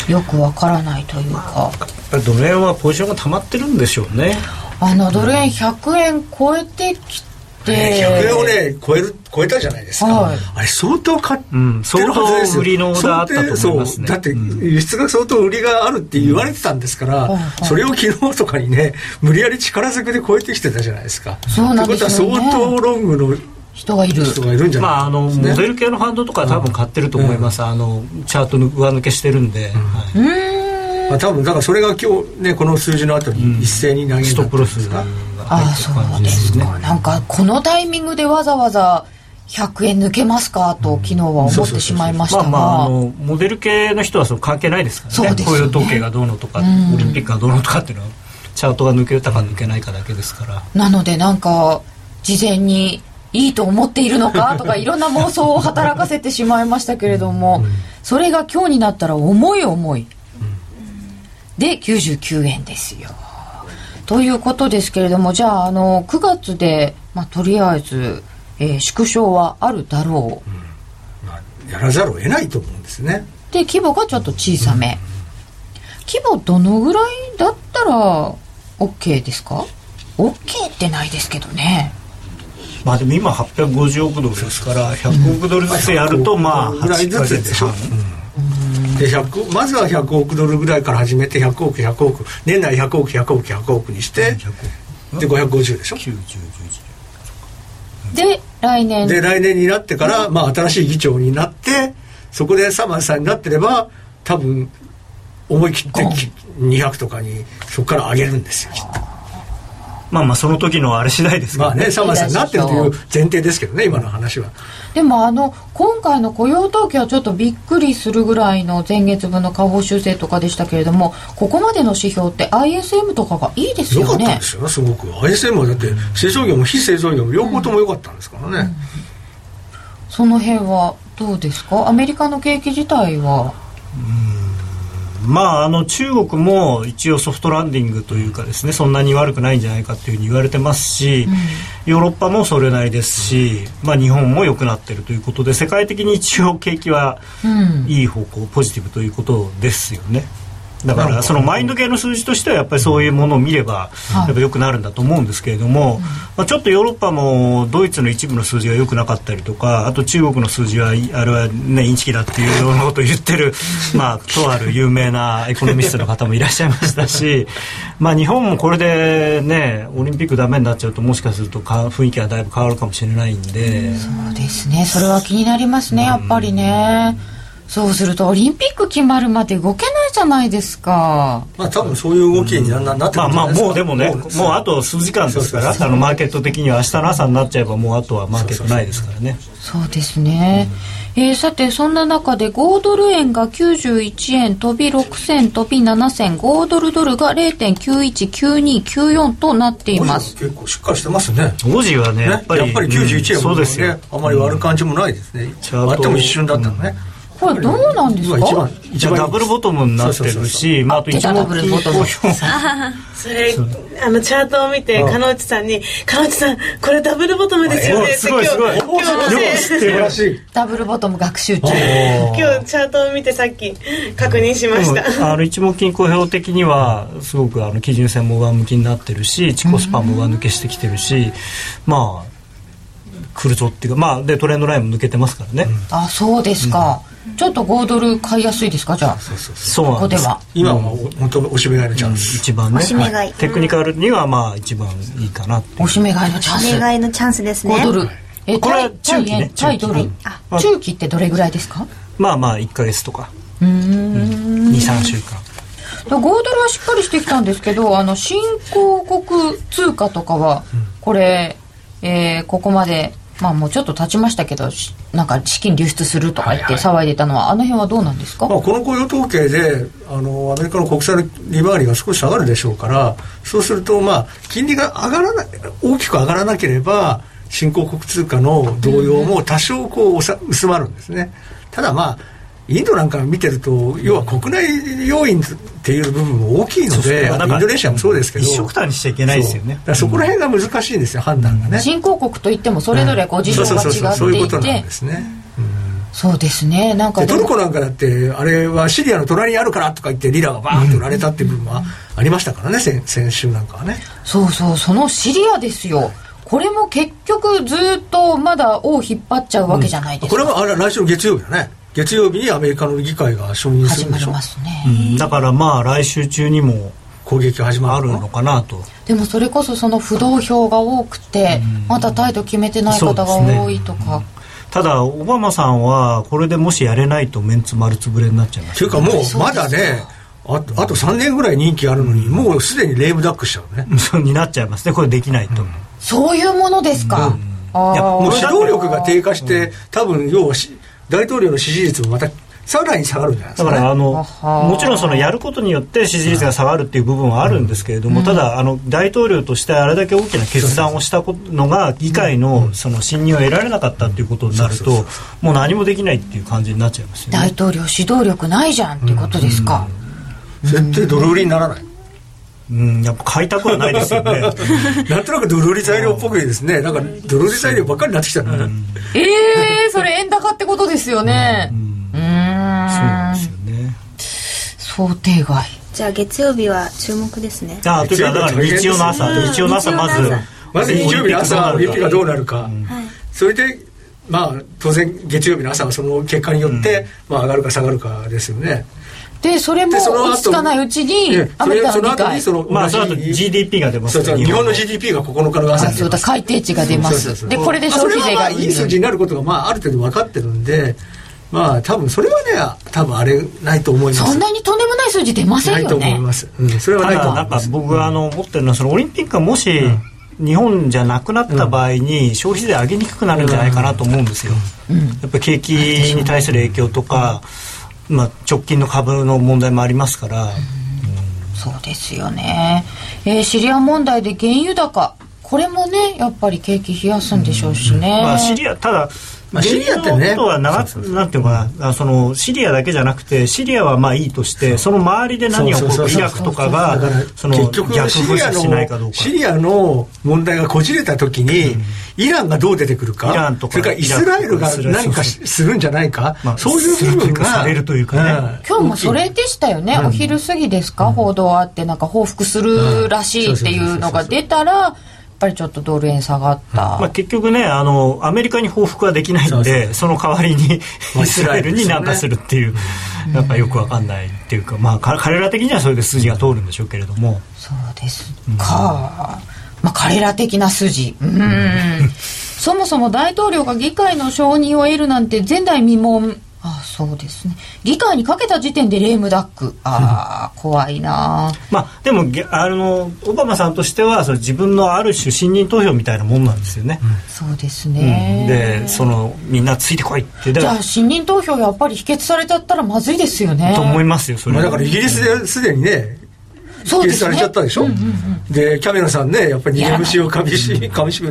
[SPEAKER 1] よくわからないというか。
[SPEAKER 4] やっぱりドル円はポジションが溜まってるんでしょうね
[SPEAKER 1] あの、ドル円100円超えてきて、
[SPEAKER 2] 100円をね超える超えたじゃないですか、
[SPEAKER 1] はい
[SPEAKER 2] あれ相当買って
[SPEAKER 4] う
[SPEAKER 2] る
[SPEAKER 4] ん
[SPEAKER 2] はずですよ、
[SPEAKER 4] 相当売りのオーダーあったと思いますね
[SPEAKER 2] 想定そうだっ
[SPEAKER 4] う
[SPEAKER 2] て輸出が相当売りがあるって言われてたんですから、
[SPEAKER 1] はいはい
[SPEAKER 2] それを昨日とかにね無理やり力ずくで超えてきてたじゃないですか
[SPEAKER 1] そうなんですよね
[SPEAKER 2] ってことは相当ロングの
[SPEAKER 1] 人がいる。
[SPEAKER 2] 人がいるんじゃ
[SPEAKER 4] まあ
[SPEAKER 2] な
[SPEAKER 4] あ
[SPEAKER 2] い
[SPEAKER 4] の
[SPEAKER 2] で
[SPEAKER 4] モ
[SPEAKER 2] すか、ね
[SPEAKER 4] デル系のファンドとかは多分買ってると思います、あのチャートの上抜けしてるんで、はい
[SPEAKER 2] まあ、多分だからそれが今日ねこの数字の後に一斉に投げ
[SPEAKER 4] ストップロス
[SPEAKER 2] か
[SPEAKER 4] が
[SPEAKER 1] ああ
[SPEAKER 4] 入って
[SPEAKER 1] そ
[SPEAKER 4] る感
[SPEAKER 1] う
[SPEAKER 4] じ
[SPEAKER 1] で
[SPEAKER 4] ですすね
[SPEAKER 1] かなんかこのタイミングでわざわざ100円抜けますかと昨日は思ってしまいまし
[SPEAKER 4] ま
[SPEAKER 1] た
[SPEAKER 4] あまああ
[SPEAKER 1] が
[SPEAKER 4] のモデル系の人はその関係ないですから
[SPEAKER 1] そう
[SPEAKER 4] ね
[SPEAKER 1] ですよ
[SPEAKER 4] 雇
[SPEAKER 1] ね
[SPEAKER 4] 用統計がどうのとか、
[SPEAKER 1] ん
[SPEAKER 4] オリンピックがどうのとかっていうのはチャートが抜けたか抜けないかだけですから
[SPEAKER 1] なのでなんか事前にいいと思っているの かとかいろんな妄想を働かせてしまいましたけれどもそれが今日になったら重い重いで99円ですよということですけれどもじゃああの9月で、まあ、とりあえず、えー縮小はあるだろう
[SPEAKER 2] まあやらざるを得ないと思うんですね
[SPEAKER 1] で規模がちょっと小さめ、規模どのぐらいだったら OK ですか OK ってないですけどね
[SPEAKER 4] まあでも今850億ドルですから100億ドルずつやるとまあ
[SPEAKER 2] ぐらい
[SPEAKER 4] 8
[SPEAKER 2] ず
[SPEAKER 4] ヶ
[SPEAKER 2] つで
[SPEAKER 4] 月
[SPEAKER 2] しょ
[SPEAKER 4] 半
[SPEAKER 2] で100まずは100億ドルぐらいから始めて100億100億年内100億100億100億にしてで550でしょ
[SPEAKER 1] で来年
[SPEAKER 2] で来年になってから、まあ、新しい議長になってそこでサマーズさんになってれば多分思い切ってき200とかにそこから上げるんですよきっと
[SPEAKER 4] まあまあその時のあれ次第ですけ
[SPEAKER 2] ま
[SPEAKER 4] ど
[SPEAKER 2] あね、サマーさんになってるという
[SPEAKER 1] そう
[SPEAKER 2] 前提ですけどね、今の話は。
[SPEAKER 1] でもあの今回の雇用統計はちょっとびっくりするぐらいの前月分の下方修正とかでしたけれどもここまでの指標って ISM とかがいいです
[SPEAKER 2] 良か
[SPEAKER 1] よ
[SPEAKER 2] っ
[SPEAKER 1] ね
[SPEAKER 2] たんですよね、すごく。ISM はだって、製造業も非製造業も両方とも良かったんですからね。
[SPEAKER 1] その辺はどうですかアメリカの景気自体は
[SPEAKER 4] まあ、あの中国も一応ソフトランディングというかですねそんなに悪くないんじゃないかというふうに言われてますし、ヨーロッパもそれなりですし、まあ、日本も良くなってるということで世界的に一応景気は
[SPEAKER 1] うん
[SPEAKER 4] いい方向ポジティブということですよね。だか
[SPEAKER 2] なるほ
[SPEAKER 4] ら
[SPEAKER 2] ど
[SPEAKER 4] そのマインド系の数字としてはやっぱりそういうものを見れば
[SPEAKER 1] い
[SPEAKER 4] やっぱ良くなるんだと思うんですけれども、まあ、ちょっとヨーロッパもドイツの一部の数字が良くなかったりとかあと中国の数字はいあれはねインチキだっていうようなことを言ってるまあとある有名なエコノミストの方もいらっしゃいましたし まあ日本もこれでねオリンピックダメになっちゃうともしかするとか雰囲気がだいぶ変わるかもしれないんで。
[SPEAKER 1] そうですねそれは気になりますねやっぱりねそうするとオリンピック決まるまで動けないじゃないですか
[SPEAKER 2] まあ多分そういう動きにだんだんなってく
[SPEAKER 4] ま
[SPEAKER 2] るんじゃないで
[SPEAKER 4] あまあ
[SPEAKER 2] すか
[SPEAKER 4] もうでもね、もうあと数時間ですから、あのマーケット的には明日の朝になっちゃえばもうあとはマーケットないですからね。
[SPEAKER 1] そうですね、えーさてそんな中で5ドル円が91円飛び6銭飛び7銭5ドルドルが0.919294となっています
[SPEAKER 2] 結構しっかりしてますね。
[SPEAKER 4] 5時は
[SPEAKER 2] ね、
[SPEAKER 4] ね、
[SPEAKER 2] や
[SPEAKER 4] や
[SPEAKER 2] っ
[SPEAKER 4] っ
[SPEAKER 2] ぱ
[SPEAKER 4] ぱ
[SPEAKER 2] り
[SPEAKER 4] り
[SPEAKER 2] 91円
[SPEAKER 4] うんそ
[SPEAKER 2] も
[SPEAKER 4] うですよ
[SPEAKER 2] ね。、あまり悪い感じもないですね。
[SPEAKER 4] チャート
[SPEAKER 2] あっても一瞬だったのね。
[SPEAKER 1] これどうなんですか
[SPEAKER 2] 一番
[SPEAKER 4] じ
[SPEAKER 2] 一
[SPEAKER 4] ゃあ
[SPEAKER 2] 番
[SPEAKER 4] ダブルボトムになって
[SPEAKER 2] そう
[SPEAKER 4] る
[SPEAKER 2] そうそう
[SPEAKER 4] し、まああと一目
[SPEAKER 1] ダブルボトム
[SPEAKER 4] 金衡表
[SPEAKER 5] それあのチャートを見て金内さんに「金内さんこれダブルボトムですよね」って
[SPEAKER 4] す
[SPEAKER 5] 今
[SPEAKER 4] ごい
[SPEAKER 5] 日
[SPEAKER 4] すごい。よ
[SPEAKER 5] 今
[SPEAKER 4] う
[SPEAKER 5] 日
[SPEAKER 4] 知ってる
[SPEAKER 2] らしい。
[SPEAKER 1] ダブルボトム学習中
[SPEAKER 5] 今日チャートを見てさっき確認しました
[SPEAKER 4] でもあの一目金衡表的にはすごくあの基準線も上向きになってるしチコスパも上抜けしてきてるし、まあ来るぞっていうかまあでトレンドラインも抜けてますからね、
[SPEAKER 1] あそうですか、ちょっと5ドル買いやすいですかじゃあ
[SPEAKER 4] そう
[SPEAKER 1] こ
[SPEAKER 4] な
[SPEAKER 1] こ
[SPEAKER 4] ん
[SPEAKER 1] で
[SPEAKER 4] です
[SPEAKER 1] は
[SPEAKER 2] 今はもう本当おしめ買いのチャンス。
[SPEAKER 4] 一番ね
[SPEAKER 6] おしめ買い
[SPEAKER 4] テクニカルにはまあ一番いいかなっていう
[SPEAKER 1] おしめ買いのチャンス
[SPEAKER 6] お願いのチャンスですね
[SPEAKER 1] 5ドル、えー
[SPEAKER 4] これは
[SPEAKER 1] 対
[SPEAKER 4] 中期ね
[SPEAKER 1] 対円対ドル
[SPEAKER 4] 中期
[SPEAKER 1] あ中期ってどれぐらいですか
[SPEAKER 4] まあまあ1か月とか
[SPEAKER 1] うーん
[SPEAKER 4] 23週間
[SPEAKER 1] 5ドルはしっかりしてきたんですけどあの新興国通貨とかはこれ、えーここまで、まあ、もうちょっと経ちましたけどしなんか資金流出するとか言って騒いでたのは、あの辺はどうなんですか、
[SPEAKER 2] まあ、この雇用統計であのアメリカの国債の利回りが少し下がるでしょうからそうすると、まあ、金利が上がらな大きく上がらなければ新興国通貨の動揺も多少こうおさ薄まるんですね。ただまあインドなんか見てると要は国内要因っていう部分も大きいの
[SPEAKER 4] そうそう
[SPEAKER 2] で
[SPEAKER 4] だか
[SPEAKER 2] あ
[SPEAKER 4] ら
[SPEAKER 2] とインドネシアもそうですけど
[SPEAKER 4] 一色単にしちゃいけないですよ
[SPEAKER 2] そうだ
[SPEAKER 4] ね
[SPEAKER 2] からそこら辺が難しいんですよ、判断がね。
[SPEAKER 1] 新興国といってもそれぞれこう事情が違
[SPEAKER 2] そうそうそうそういう
[SPEAKER 1] っ
[SPEAKER 2] こ
[SPEAKER 1] て
[SPEAKER 2] と
[SPEAKER 1] い
[SPEAKER 2] なん
[SPEAKER 1] て
[SPEAKER 2] ですね。
[SPEAKER 1] そうですねなんか
[SPEAKER 2] で
[SPEAKER 1] で
[SPEAKER 2] ト
[SPEAKER 1] も
[SPEAKER 2] ルコなんかだってあれはシリアの隣にあるからとか言ってリラがバーンと売られたっていう部分はありましたからね、先先週なんかはね
[SPEAKER 1] そうそうそのシリアですよこれも結局ずっとまだ尾を引っ張っちゃうわけじゃないです
[SPEAKER 2] こ
[SPEAKER 1] か、
[SPEAKER 2] れはあれ来週の月曜日だね月曜日にアメリカの議会が承認す
[SPEAKER 1] 始
[SPEAKER 2] るん
[SPEAKER 1] ま
[SPEAKER 2] でし
[SPEAKER 1] り
[SPEAKER 2] ょ
[SPEAKER 1] ますね、
[SPEAKER 4] だからまあ来週中にも
[SPEAKER 2] 攻撃が始ま
[SPEAKER 4] あ
[SPEAKER 2] る
[SPEAKER 4] る
[SPEAKER 2] の
[SPEAKER 4] のかなと
[SPEAKER 1] でもそれこそその不動票が多くてまだ態度決めてない方が多いとか、
[SPEAKER 4] ただオバマさんはこれでもしやれないとメンツ丸つぶれになっちゃいま
[SPEAKER 2] と
[SPEAKER 4] す
[SPEAKER 2] いうかもうまだねあとあと3年ぐらい任期あるのにもうすでにレームダックしちゃうね
[SPEAKER 4] そうになっちゃいますねこれできないと、
[SPEAKER 1] そういうものですか、あ
[SPEAKER 4] いや
[SPEAKER 1] あ
[SPEAKER 2] もう
[SPEAKER 4] これ
[SPEAKER 2] 指
[SPEAKER 4] だ
[SPEAKER 2] 導力が低下して多分要はし大統領の支持率もまたさらに下がるんじゃないです
[SPEAKER 4] だ
[SPEAKER 2] か
[SPEAKER 4] か
[SPEAKER 2] ね
[SPEAKER 4] らあの
[SPEAKER 1] あはー
[SPEAKER 4] もちろんそのやることによって支持率が下がるっていう部分はあるんですけれども、ただあの大統領としてあれだけ大きな決断をしたことのが議会のその信任を得られなかったっていうことになるともう何もできないっていう感じになっちゃいますよ
[SPEAKER 1] 大
[SPEAKER 4] ね。
[SPEAKER 1] 統領指導力ないじゃんってことですか、
[SPEAKER 2] 絶対ドル売りにならない
[SPEAKER 4] うん、やっぱ開拓はないですよね。
[SPEAKER 2] なんとなくドル売り材料っぽくですねなんかドル売り材料ばっかりになってきたね
[SPEAKER 1] ええー、それ円高ってことですよねうーん
[SPEAKER 4] そうなんですよね。
[SPEAKER 1] 想定外
[SPEAKER 6] じゃあ月曜日は注目ですね
[SPEAKER 4] あというかだから日曜の朝、日曜の朝まず
[SPEAKER 2] まず日曜日の朝、オリンピックがどうなるか、
[SPEAKER 6] はい
[SPEAKER 2] それで、まあ、当然、月曜日の朝はその結果によって、まあ、上がるか下がるかですよね。
[SPEAKER 1] でそれも
[SPEAKER 2] でその後
[SPEAKER 1] 落ち着かないうちに
[SPEAKER 2] で
[SPEAKER 1] ア
[SPEAKER 2] そ
[SPEAKER 1] メリ
[SPEAKER 2] れ
[SPEAKER 1] カ
[SPEAKER 2] そ
[SPEAKER 1] の
[SPEAKER 2] の
[SPEAKER 1] 議
[SPEAKER 2] 後
[SPEAKER 1] 会
[SPEAKER 2] にその
[SPEAKER 4] まあその
[SPEAKER 2] 同
[SPEAKER 4] 後
[SPEAKER 2] じ
[SPEAKER 4] GDP が出ます
[SPEAKER 2] そう
[SPEAKER 4] ね
[SPEAKER 2] そう日
[SPEAKER 4] 日
[SPEAKER 2] 本
[SPEAKER 4] 本
[SPEAKER 2] の
[SPEAKER 4] の
[SPEAKER 2] GDP が9日の
[SPEAKER 1] あ
[SPEAKER 2] 朝に出
[SPEAKER 1] そう
[SPEAKER 2] ま
[SPEAKER 1] だ
[SPEAKER 2] す
[SPEAKER 1] 改定値が出ま
[SPEAKER 2] そうそうそ
[SPEAKER 1] す
[SPEAKER 2] う
[SPEAKER 1] でこれで
[SPEAKER 2] まあそ
[SPEAKER 1] 消
[SPEAKER 2] れ
[SPEAKER 1] 費税
[SPEAKER 2] はま
[SPEAKER 1] が
[SPEAKER 2] あいい数字になることがまあある程度分かってるんでまあ多分それはね多分あれないと思います
[SPEAKER 1] そんなにとんでもない数字出ませ
[SPEAKER 2] なんい
[SPEAKER 1] よ
[SPEAKER 2] と思い
[SPEAKER 1] ね
[SPEAKER 2] ます、うん、それは
[SPEAKER 4] た
[SPEAKER 2] ないと
[SPEAKER 4] だ
[SPEAKER 2] 思
[SPEAKER 4] ないんか
[SPEAKER 2] ます
[SPEAKER 4] 僕があの思ってるのはそのオリンピックがもし日本じゃなくなった場合に消費税上げにくくなるんじゃないかなと思うんですよ。やっぱ景気に対する影響とか、まあ、直近の株の問題もありますから、
[SPEAKER 1] そうですよね、えーシリア問題で原油高これもねやっぱり景気冷やすんでしょうしね、
[SPEAKER 4] まあ、シリアただ、
[SPEAKER 2] まあシリアってね
[SPEAKER 4] 現状のことは長くなんていうのかなあそのシリアだけじゃなくてシリアはまあいいとしてその周りで何が起こ
[SPEAKER 2] そうそう
[SPEAKER 4] るイ
[SPEAKER 2] そう
[SPEAKER 4] ラクとか
[SPEAKER 2] だから
[SPEAKER 4] がその
[SPEAKER 2] 結
[SPEAKER 4] 逆
[SPEAKER 2] 局
[SPEAKER 4] 封鎖しないかどうか
[SPEAKER 2] シリアの問題がこじれた時に、イランがどう出てくるか
[SPEAKER 4] イランとか
[SPEAKER 2] それからイスラエルが
[SPEAKER 4] イラクとか
[SPEAKER 2] 何か
[SPEAKER 4] そう
[SPEAKER 2] しするんじゃないか、
[SPEAKER 4] まあ
[SPEAKER 2] そういう部分が
[SPEAKER 4] するというかされるというかね
[SPEAKER 1] 今日もそれでしたよね、お昼過ぎですか、報道あってなんか報復するらしいっていうのが出たらやっぱりちょっとドル円下がった、
[SPEAKER 4] まあ、結局ねあのアメリカに報復はできない
[SPEAKER 2] そ
[SPEAKER 4] んでそう
[SPEAKER 2] そう
[SPEAKER 4] の代わりに
[SPEAKER 2] まあ
[SPEAKER 4] イスラエルに何かするっていう、やっぱよくわかんないっていうか、まあ、か彼ら的にはそれで筋が通るんでしょうけれども
[SPEAKER 1] そうですか、まあ彼ら的な筋うーんそもそも大統領が議会の承認を得るなんて前代未聞あそうですね議会にかけた時点でレームダックああ怖いな
[SPEAKER 4] まあ、でもげあのオバマさんとしてはその自分のある種信任投票みたいなもんなんですよね、
[SPEAKER 1] そうです
[SPEAKER 4] うん
[SPEAKER 1] ね、
[SPEAKER 4] でそのみんなついてこいってだ
[SPEAKER 1] じ
[SPEAKER 4] か
[SPEAKER 1] ゃ
[SPEAKER 4] ら
[SPEAKER 1] あ信任投票やっぱり否決されちゃったらまずいですよね
[SPEAKER 4] と思いますよそれ
[SPEAKER 2] まあ、
[SPEAKER 4] は
[SPEAKER 2] だからイギリスですでにね
[SPEAKER 1] そう
[SPEAKER 2] 否
[SPEAKER 1] です
[SPEAKER 2] 定さ
[SPEAKER 1] ね
[SPEAKER 2] れちゃったでしょ、でキャメロンさんねやっぱり逃げ虫をかみし噛みし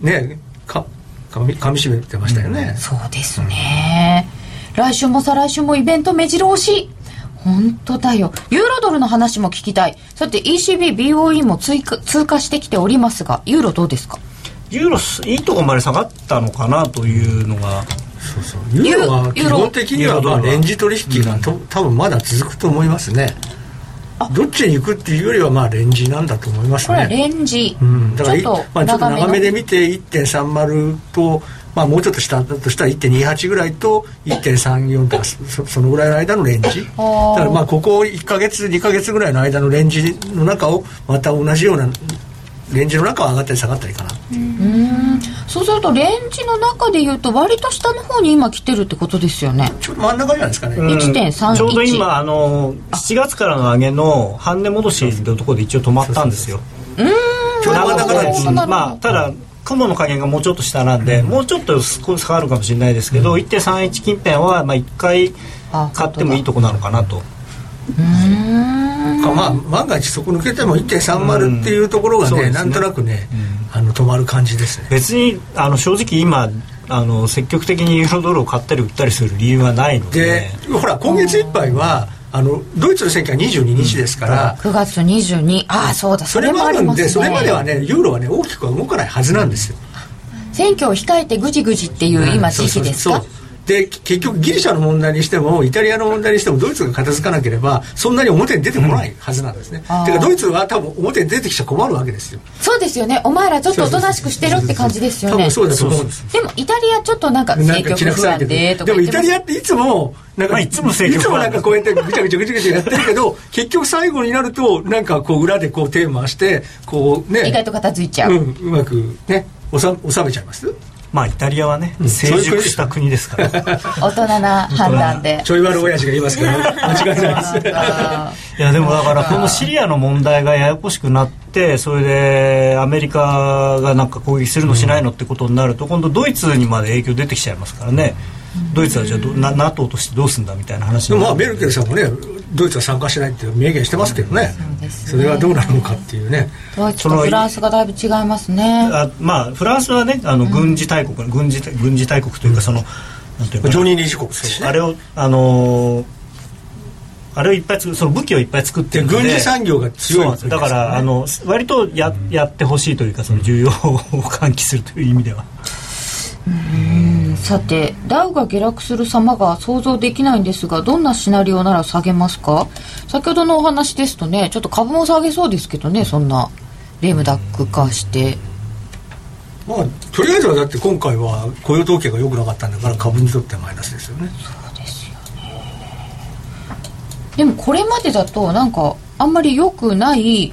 [SPEAKER 2] めねかかみかみしめてましたよね、
[SPEAKER 1] そうですね、来週も再来週もイベント目白押し本当だよユーロドルの話も聞きたいさて ECBBOE も追加通過してきておりますがユーロどうですか
[SPEAKER 4] ユーロスいいとこまで下がったのかなというのが
[SPEAKER 2] そうそうユーロは基
[SPEAKER 1] ユーロ
[SPEAKER 2] 本的に
[SPEAKER 4] ユ
[SPEAKER 2] は
[SPEAKER 4] ー
[SPEAKER 2] ま
[SPEAKER 4] ロド
[SPEAKER 2] あ
[SPEAKER 4] ルは
[SPEAKER 2] レンジ取引がと多分まだ続くと思いますねどっちに行くっていうよりはまあレンジなんだと思います
[SPEAKER 1] これは
[SPEAKER 2] ね
[SPEAKER 1] レンジ、
[SPEAKER 2] うん、だからい
[SPEAKER 1] ちょっ
[SPEAKER 2] ま
[SPEAKER 1] と
[SPEAKER 2] あ、ちょ
[SPEAKER 1] 長
[SPEAKER 2] っと
[SPEAKER 1] め,、
[SPEAKER 2] 長めで見て1.30と、まあ、もうちょっと下だとしたら1.28ぐらいと1.34かそそのぐらいの間のレンジだ
[SPEAKER 1] あー
[SPEAKER 2] からまあここ1か月2か月ぐらいの間のレンジの中をまた同じようなレンジの中は上がったり下がったりかな
[SPEAKER 1] そうするとレンジの中でいうと割と下の方に今来てるってことですよね
[SPEAKER 2] ちょっと真ん中じゃないですかね、
[SPEAKER 4] うん
[SPEAKER 1] 1.31
[SPEAKER 4] ちょうど今あの7月からの上げの半値戻しのところで一応止まったんですよ
[SPEAKER 2] ちょうど真ん中なんです
[SPEAKER 1] そうなの
[SPEAKER 4] まあただ雲の加減がもうちょっと下なんで、もうちょっと少し下がるかもしれないですけど、1.31近辺はまあ1回
[SPEAKER 1] あ
[SPEAKER 4] 買ってもいいとこなのかなと
[SPEAKER 2] かまあ万が一そこ抜けても1.30っていうところが
[SPEAKER 4] うんそう
[SPEAKER 2] ね、
[SPEAKER 4] ですね
[SPEAKER 2] なんとなくね、あの止まる感じですね
[SPEAKER 4] 別にあの正直今あの積極的にユーロドルを買ったり売ったりする理由はないの
[SPEAKER 2] で
[SPEAKER 4] で、
[SPEAKER 2] ほら今月いっぱいはあのドイツの選挙は22日ですから、
[SPEAKER 1] 9月22ああそうだ
[SPEAKER 2] それもあるんで、それまでは
[SPEAKER 1] ね
[SPEAKER 2] ね、ユーロはね、大きくは動かないはずなんですよ。
[SPEAKER 1] 選挙を控えてぐじぐじっていう今時期です
[SPEAKER 2] そう
[SPEAKER 1] か
[SPEAKER 2] そうそうで、き結局、ギリシャの問題にしても、イタリアの問題にしても、ドイツが片付かなければ、そんなに表に出てこないはずなんですね。
[SPEAKER 1] あー
[SPEAKER 2] てか、ドイツは多分表に出てきちゃ困るわけですよ。
[SPEAKER 1] そうですよねお前らちょっとおとなしくしてろって感じですよ
[SPEAKER 2] 多
[SPEAKER 1] ね
[SPEAKER 2] 分そうだと思うんです。
[SPEAKER 1] でもイタリアちょっとなんか
[SPEAKER 2] なん
[SPEAKER 1] 政
[SPEAKER 2] か気
[SPEAKER 1] 局
[SPEAKER 2] な
[SPEAKER 1] 不
[SPEAKER 2] 臭い
[SPEAKER 1] 安
[SPEAKER 2] けど
[SPEAKER 1] で
[SPEAKER 2] で
[SPEAKER 1] とか
[SPEAKER 2] も
[SPEAKER 1] 言
[SPEAKER 2] イ
[SPEAKER 1] って
[SPEAKER 2] タ
[SPEAKER 1] ます
[SPEAKER 2] リアっていつもなんか、
[SPEAKER 4] まあいつも政
[SPEAKER 2] いつ
[SPEAKER 4] 局
[SPEAKER 2] も
[SPEAKER 4] 不
[SPEAKER 2] な
[SPEAKER 4] 安
[SPEAKER 2] んかこうやってぐちゃぐちゃぐちゃぐちゃやってるけど結局最後になるとなんかこう裏でこう手を回してこうね
[SPEAKER 1] 意外と片付いちゃう、
[SPEAKER 2] うん、うまくね収収めちゃいます
[SPEAKER 4] まあイタリアはね成熟した国ですから
[SPEAKER 1] 大人な判断 で
[SPEAKER 2] ちょい悪親父が言いますけど間違いないです
[SPEAKER 1] あ
[SPEAKER 4] いやでもだからこのシリアの問題がややこしくなってそれでアメリカがなんか攻撃するのしないのってことになると今度ドイツにまで影響出てきちゃいますからねドイツはじゃあどな NATO としてどうすんだみたいな話
[SPEAKER 2] で
[SPEAKER 4] に
[SPEAKER 2] も
[SPEAKER 4] な
[SPEAKER 2] まあ
[SPEAKER 4] る
[SPEAKER 2] メルケルさんもねドイツは参加しないって明言してますけどね,、
[SPEAKER 1] そうですね
[SPEAKER 2] それはどうなるのかっていうね
[SPEAKER 1] ードイツとフランスがだいぶ違いますね
[SPEAKER 4] あまあフランスはねあの軍事大国、軍事軍事大国というかその、なんていうのかな
[SPEAKER 2] 常任理事国ですしね
[SPEAKER 4] あれをあのーあれをいっぱい作るその武器をいっぱい作ってるので
[SPEAKER 2] で軍事産業が強い
[SPEAKER 4] そうなんですよだからあの割とややってほしいというかその需要を喚起するという意味では
[SPEAKER 1] さてダウが下落する様が想像できないんですがどんなシナリオなら下げますか先ほどのお話ですとねちょっと株も下げそうですけどねそんなレームダック化して
[SPEAKER 2] まあとりあえずはだって今回は雇用統計が良くなかったんだから株にとってはマイナスですよね
[SPEAKER 1] でもこれまでだとなんかあんまり良くない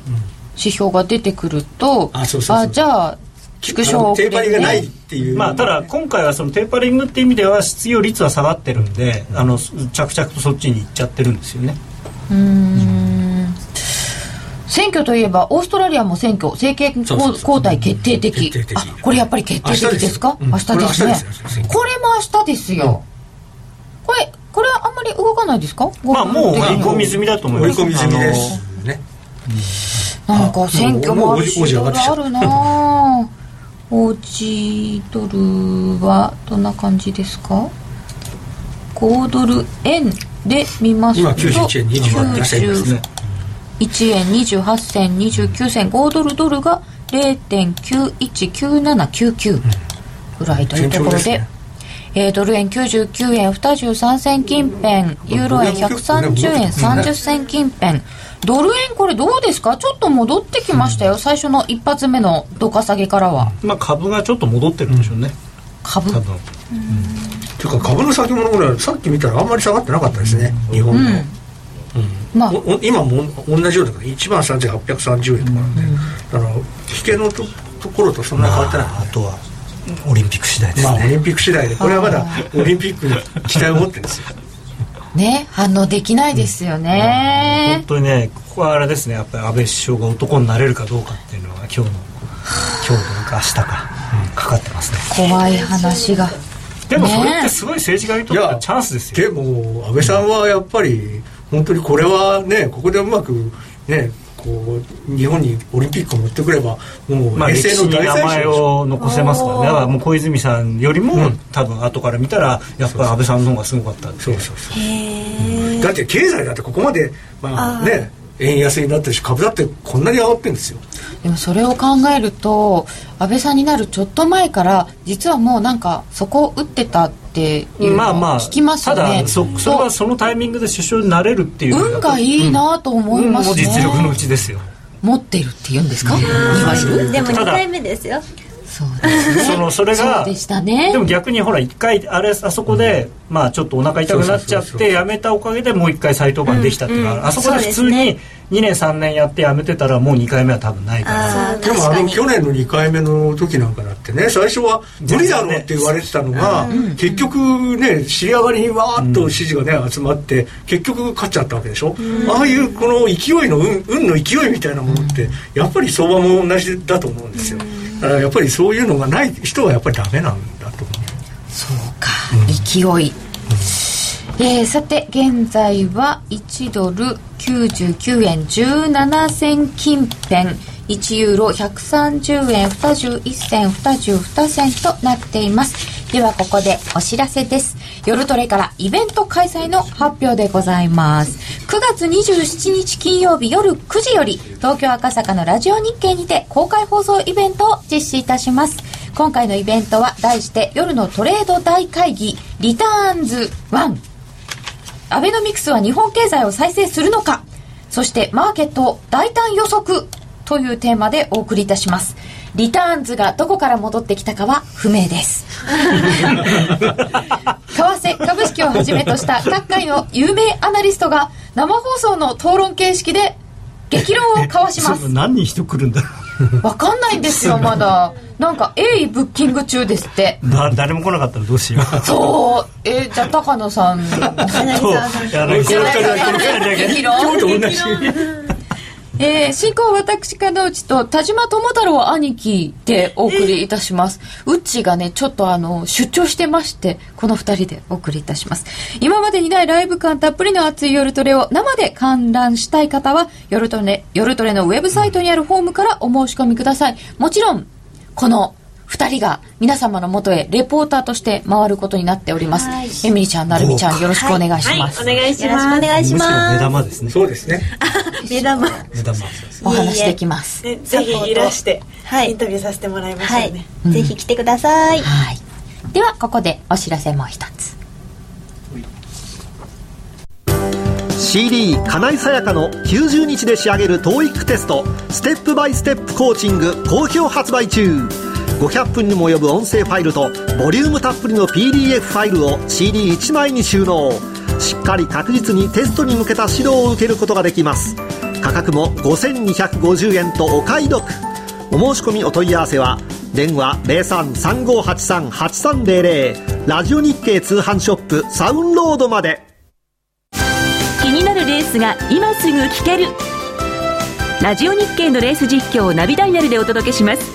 [SPEAKER 1] 指標が出てくると、
[SPEAKER 2] あそうそうそう
[SPEAKER 1] じゃあ縮小遅れ
[SPEAKER 2] テーパリングがないっ
[SPEAKER 1] ね
[SPEAKER 2] ていう、
[SPEAKER 4] まあ、ただ今回はそのテーパリングっていう意味では失業率は下がってるんで、あの着々とそっちに行っちゃってるんですよね
[SPEAKER 1] 選挙といえばオーストラリアも選挙政権
[SPEAKER 2] そうそうそう
[SPEAKER 1] 交代決定的
[SPEAKER 2] 決定的
[SPEAKER 1] あこれやっぱり決定
[SPEAKER 2] 明日
[SPEAKER 1] 的
[SPEAKER 2] です
[SPEAKER 1] ですか
[SPEAKER 2] うん
[SPEAKER 1] 明日です
[SPEAKER 2] これ明
[SPEAKER 1] ね
[SPEAKER 2] 日ですよ
[SPEAKER 1] これも明日ですよ、これこれはあんまり動かないですか
[SPEAKER 4] まあもう追い
[SPEAKER 2] まあ
[SPEAKER 4] 込み済みだと思い
[SPEAKER 2] 追い
[SPEAKER 4] ます
[SPEAKER 2] 込み済みで
[SPEAKER 4] あの
[SPEAKER 2] すね
[SPEAKER 1] なんか選挙もある
[SPEAKER 2] もう王
[SPEAKER 1] し
[SPEAKER 2] 子
[SPEAKER 1] い
[SPEAKER 2] 上
[SPEAKER 1] ろ
[SPEAKER 2] が
[SPEAKER 1] い
[SPEAKER 2] って
[SPEAKER 1] ろ
[SPEAKER 2] きちゃ
[SPEAKER 1] あ
[SPEAKER 2] った
[SPEAKER 1] るなオーチドルはどんな感じですか5ドル円で見ますと
[SPEAKER 2] 今91円28銭ですね
[SPEAKER 1] 1円28銭29銭5ドルドルが0.919799ぐらいというところで
[SPEAKER 2] 順調ですね
[SPEAKER 1] えードル円99円23銭近辺ユーロ円130円30銭近辺ドル円これどうですかちょっと戻ってきましたよ最初の一発目のどか下げからは
[SPEAKER 4] まあ、株がちょっと戻ってるんでしょうね、
[SPEAKER 1] 株
[SPEAKER 4] 多分
[SPEAKER 2] ていうか株の先物ぐらいさっき見たらあんまり下がってなかったですね日本の、
[SPEAKER 1] まあ
[SPEAKER 2] おお今も同じようだから1万3830円とかなんで、あの引けのとところとそんな変わってない、
[SPEAKER 7] あとはオリンピック次第です
[SPEAKER 2] まあ、オ
[SPEAKER 7] ね、
[SPEAKER 2] リンピック次第でこれはまだオリンピックに期待を持ってるんですよ
[SPEAKER 1] ね反応できないですよね
[SPEAKER 4] 本当にねここはあれですねやっぱり安倍首相が男になれるかどうかっていうのが今日の 今日というか明日か、かかってますね
[SPEAKER 1] 怖い話が
[SPEAKER 4] でもそれってすごい政治家にとってはチャンスです
[SPEAKER 2] で
[SPEAKER 4] よ
[SPEAKER 2] も安倍さんはやっぱり本当にこれはねここでうまくねこう日本にオリンピックを持ってくればもう
[SPEAKER 4] まあ、
[SPEAKER 2] 平
[SPEAKER 4] 歴
[SPEAKER 2] 成
[SPEAKER 4] 史
[SPEAKER 2] の
[SPEAKER 4] に
[SPEAKER 2] 大
[SPEAKER 4] 名
[SPEAKER 2] 選手
[SPEAKER 4] 前
[SPEAKER 2] でしょ
[SPEAKER 4] を残せますからねだからもう小泉さんよりも、多分後から見たらやっぱ安倍さんの方がすごかったってい
[SPEAKER 2] そううそうそう
[SPEAKER 6] へえ
[SPEAKER 2] だって経済だってここまで、まあね、円安になってるし株だってこんなに上がってるんですよ
[SPEAKER 1] でもそれを考えると安倍さんになるちょっと前から実はもうなんかそこを打ってたっていう
[SPEAKER 4] まあ
[SPEAKER 1] のを
[SPEAKER 4] まあ
[SPEAKER 1] 聞きますよね、
[SPEAKER 4] ただそそれはそのタイミングで首相になれるっていう
[SPEAKER 1] 運がいいなと思い
[SPEAKER 4] 運も
[SPEAKER 1] ますね、
[SPEAKER 4] 実力のうちですよ
[SPEAKER 1] 持ってるって言うんですかいわゆる
[SPEAKER 6] でも
[SPEAKER 4] た
[SPEAKER 6] 2
[SPEAKER 4] だ
[SPEAKER 6] 回目ですよ
[SPEAKER 1] そうですね
[SPEAKER 4] そのそれが
[SPEAKER 1] そうでしたね
[SPEAKER 4] でも逆にほら一回あれあそこで、まあちょっとお腹痛くなっちゃ
[SPEAKER 2] そうそうそ
[SPEAKER 4] っ
[SPEAKER 2] うそう
[SPEAKER 4] てやめたおかげでもう一回再登板できたっていうか、
[SPEAKER 6] うんうん
[SPEAKER 4] あそこで普
[SPEAKER 6] そ
[SPEAKER 4] 通
[SPEAKER 6] う
[SPEAKER 4] に
[SPEAKER 6] ですね
[SPEAKER 4] 2年3年やってやめてたらもう2回目は多分ないから
[SPEAKER 6] ああ
[SPEAKER 2] で
[SPEAKER 6] 確
[SPEAKER 2] もあ
[SPEAKER 6] か
[SPEAKER 2] の
[SPEAKER 6] に
[SPEAKER 2] 去年の2回目の時なんかだってね最初は無理だろうって言われてたのが、結局ね尻上がりにわーっと支持がね集まって結局勝っちゃったわけでしょ、ああいうこの勢いの運運の勢いみたいなものってやっぱり相場も同じだと思うんですよ、だからやっぱりそういうのがない人はやっぱりダメなんだと思う
[SPEAKER 1] そうか、勢い、えーさて現在は1ドル99円17銭近辺1ユーロ130円21銭22銭となっていますではここでお知らせです夜トレからイベント開催の発表でございます9月27日金曜日夜9時より東京赤坂のラジオ日経にて公開放送イベントを実施いたします今回のイベントは題して夜のトレード大会議リターンズ1アベノミクスは日本経済を再生するのかそしてマーケット大胆予測というテーマでお送りいたしますリターンズがどこから戻ってきたかは不明です為替株式をはじめとした各界の有名アナリストが生放送の討論形式で激論を交わします
[SPEAKER 4] そ何人人来るんだろ
[SPEAKER 1] わかんないんですよまだなんか鋭意ブッキング中ですって
[SPEAKER 4] うだ誰も来なかったらど うしよう
[SPEAKER 1] そうえーじゃあ高野さん
[SPEAKER 6] 柳沢さん
[SPEAKER 4] やる
[SPEAKER 2] この二人だけこの二 人だけ
[SPEAKER 1] 議論
[SPEAKER 2] 今日と同じ
[SPEAKER 1] えー、進行は私門内と田島智太郎兄貴でお送りいたしますうっちーがねちょっとあの出張してましてこの2人でお送りいたします今までにないライブ感たっぷりの熱い夜トレを生で観覧したい方は夜トレ夜トレのウェブサイトにあるフォームからお申し込みくださいもちろんこの2人が皆様のもとへレポーターとして回ることになっております、
[SPEAKER 6] はい
[SPEAKER 1] エミリちゃんなるみちゃんよろしくお願いし
[SPEAKER 5] はい、お
[SPEAKER 1] ます、
[SPEAKER 5] 願いし
[SPEAKER 6] よろしく
[SPEAKER 5] ま
[SPEAKER 6] お
[SPEAKER 5] す。
[SPEAKER 6] 願いし
[SPEAKER 4] むしろ目
[SPEAKER 6] ま
[SPEAKER 4] 玉ですね
[SPEAKER 2] そうですね
[SPEAKER 6] す目玉
[SPEAKER 4] 目玉
[SPEAKER 1] お話できます
[SPEAKER 5] ねぜひいらして、
[SPEAKER 6] はい
[SPEAKER 5] インタビューさせてもらいまし
[SPEAKER 6] は
[SPEAKER 5] た
[SPEAKER 6] い
[SPEAKER 5] ね。
[SPEAKER 6] ぜひ来てください
[SPEAKER 1] はい。ではここでお知らせもう一つ。
[SPEAKER 8] CD 金井さやかの90日で仕上げる TOEIC テストステップバイステップコーチング好評発売中500分にも及ぶ音声ファイルとボリュームたっぷりの PDF ファイルを CD1 枚に収納しっかり確実にテストに向けた指導を受けることができます価格も5250円とお買い得お申し込みお問い合わせは電話0335838300ラジオ日経通販ショップサウンロードまで
[SPEAKER 9] 気になるレースが今すぐ聞けるラジオ日経のレース実況をナビダイヤルでお届けします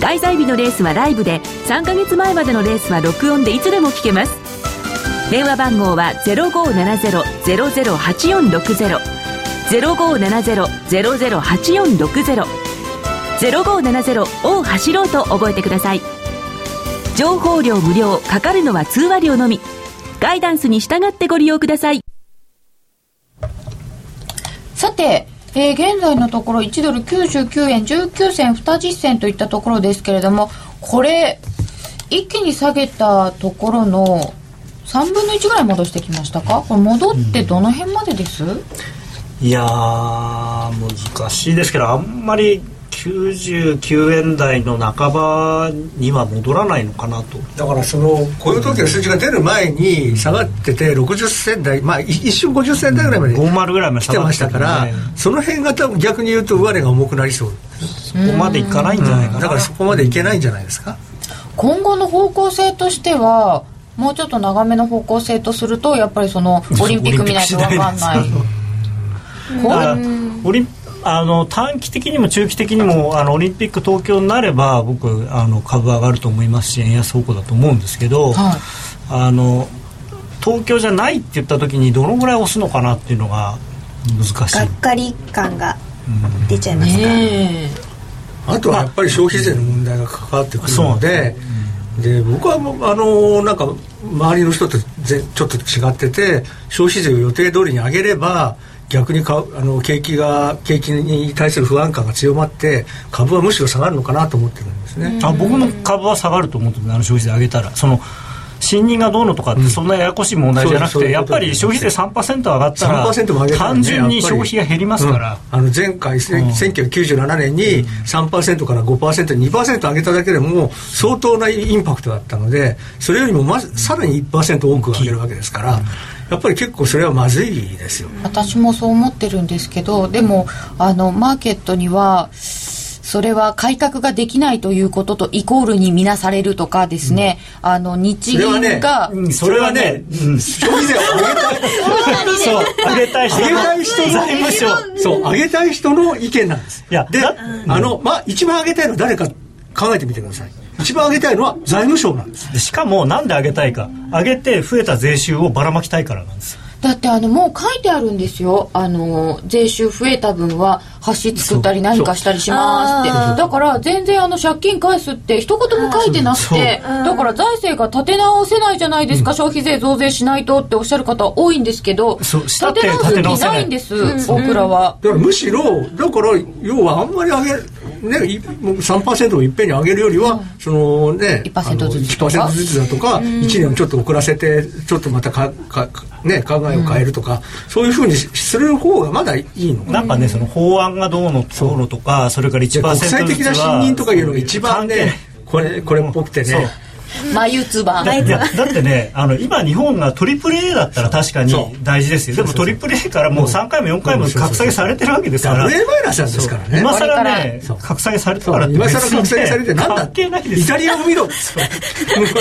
[SPEAKER 9] 開催日のレースはライブで3ヶ月前までのレースは録音でいつでも聞けます電話番号は0570-008460 0570-008460 0570を走ろうと覚えてください情報量無料かかるのは通話料のみガイダンスに従ってご利用ください
[SPEAKER 1] さて、えー現在のところ1ドル99円19銭2実銭といったところですけれどもこれ一気に下げたところの3分の1ぐらい戻してきましたかこれ戻ってどの辺までです、
[SPEAKER 4] いやー難しいですけどあんまり99円台の半ばには戻らないのかなと
[SPEAKER 2] だからその雇用統計の数字が出る前に下がってて60銭台まあい一瞬50銭台ぐらいまで
[SPEAKER 4] 50ぐらいまで
[SPEAKER 2] 来てましたからその辺が多分逆に言うと上値が重くなりそう
[SPEAKER 4] そこまでいかないんじゃないかな、
[SPEAKER 2] だからそこまでいけないんじゃないですか
[SPEAKER 1] 今後の方向性としてはもうちょっと長めの方向性とするとやっぱりそのオリンピック見ないと分かんない
[SPEAKER 4] だからオリンあの短期的にも中期的にもあのオリンピック東京になれば僕あの株上がると思いますし円安方向だと思うんですけど、
[SPEAKER 1] はい
[SPEAKER 4] あの東京じゃないって言った時にどのぐらい押すのかなっていうのが難し
[SPEAKER 6] が
[SPEAKER 4] い
[SPEAKER 6] っかり感が出ちゃいますから、
[SPEAKER 1] ねえ
[SPEAKER 2] あとはやっぱり消費税の問題が関わってくるので、で僕はもうあのなんか周りの人とぜちょっと違ってて消費税を予定通りに上げれば逆にかあの景気が景気に対する不安感が強まって株はむしろ下がるのかなと思ってるんですね。
[SPEAKER 4] あ僕も株は下がると思ってるあの消費税上げたらその信任がどうのとかってそんなややこしい問題じゃなくて、
[SPEAKER 2] そうです
[SPEAKER 4] やっぱり消費税3%上がったら
[SPEAKER 2] 3%も上げたらね
[SPEAKER 4] 単純に消費が減りますか
[SPEAKER 2] やっ
[SPEAKER 4] ら
[SPEAKER 2] ぱ、りうんあの前回、せん1997年に3%から5%に2%上げただけでも相当なインパクトだったのでそれよりもまずさらに1%多く上げるわけですから、やっぱり結構それはまずいですよ
[SPEAKER 1] 私もそう思ってるんですけどでもあのマーケットにはそれは改革ができないということとイコールに見なされるとかですね、あの日
[SPEAKER 2] それは
[SPEAKER 1] 銀
[SPEAKER 2] ね
[SPEAKER 1] が、
[SPEAKER 4] うんそれはね、うん、
[SPEAKER 2] 消費税を上げたい
[SPEAKER 4] そう上げたい人
[SPEAKER 2] 上げたい人の
[SPEAKER 4] 財務省
[SPEAKER 2] そう上げたい人の意見なんです
[SPEAKER 4] いや
[SPEAKER 2] で
[SPEAKER 4] だ
[SPEAKER 2] あの、まあ、一番上げたいのは誰か考えてみてください一番上げたいのは財務省なんです
[SPEAKER 4] でしかもなんで上げたいか上げて増えた税収をばらまきたいからなんですよ
[SPEAKER 1] だってあのもう書いてあるんですよあの税収増えた分は橋作ったり何かしたりしますってだから全然あの借金返すって一言も書いてなくてだから財政が立て直せないじゃないですか、消費税増税しないとっておっしゃる方多いんですけど
[SPEAKER 4] そうした
[SPEAKER 1] 立
[SPEAKER 4] って
[SPEAKER 1] て直す気
[SPEAKER 4] 立て直せな
[SPEAKER 1] ないいんです、僕らは。
[SPEAKER 2] だからむしろだから要はあんまり上げね、いもう3%をいっぺんに上げるよりは、そのね
[SPEAKER 1] 1%
[SPEAKER 2] あの
[SPEAKER 1] ずつとか
[SPEAKER 2] 1%ずつだとか、1年ちょっと遅らせてちょっとまたかかかね、考えを変えるとか、そういうふうにしする方がまだいいのかな
[SPEAKER 4] なんかねその法案がどうのこうのとかそれから1%ず
[SPEAKER 2] で
[SPEAKER 4] つは
[SPEAKER 2] 国際的な信任とかいうのが一番ねこれこれっぽくて
[SPEAKER 4] そう
[SPEAKER 2] ね
[SPEAKER 1] 眉唾
[SPEAKER 4] だいやだってねあの今日本が AAA だったら確かに大事ですよでも AAA からもう3回も4回も格下げされてるわけです
[SPEAKER 2] ダ
[SPEAKER 4] か
[SPEAKER 2] ブ
[SPEAKER 4] ら
[SPEAKER 2] ル A マイナスなんですからね
[SPEAKER 4] 今さら
[SPEAKER 1] こ
[SPEAKER 4] ね
[SPEAKER 2] そう
[SPEAKER 4] 格下げされた
[SPEAKER 2] そう
[SPEAKER 4] からって
[SPEAKER 2] 今
[SPEAKER 4] 別
[SPEAKER 2] 更
[SPEAKER 4] にね
[SPEAKER 2] 国際されてなんだ
[SPEAKER 4] 関係ないですよ
[SPEAKER 2] イタリアを 見ろ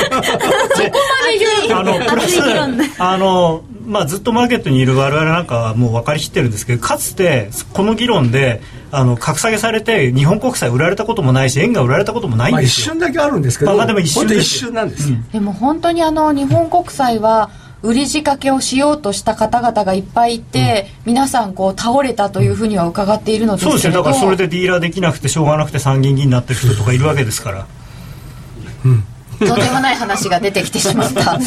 [SPEAKER 4] あのプラスあの、まあ、ずっとマーケットにいる我々なんかはもう分かりきってるんですけどかつてこの議論であの格下げされて日本国債売られたこともないし円が売られたこともないん
[SPEAKER 2] まあ
[SPEAKER 4] で
[SPEAKER 2] 一
[SPEAKER 4] すよ、
[SPEAKER 2] 瞬だけあるんですけど、
[SPEAKER 4] まあまあでも一瞬
[SPEAKER 2] 本当
[SPEAKER 4] で
[SPEAKER 2] 一
[SPEAKER 4] すよ
[SPEAKER 2] 瞬なんです、
[SPEAKER 1] でも本当にあの日本国債は売り仕掛けをしようとした方々がいっぱいいて、皆さんこう倒れたというふうには伺っているのです
[SPEAKER 4] そうです
[SPEAKER 1] け
[SPEAKER 4] よ
[SPEAKER 1] れ
[SPEAKER 4] だ
[SPEAKER 1] ど
[SPEAKER 4] からそれでディーラーできなくてしょうがなくて参議院議員になってる人とかいるわけですから
[SPEAKER 1] とんでもない話が出てきてしまった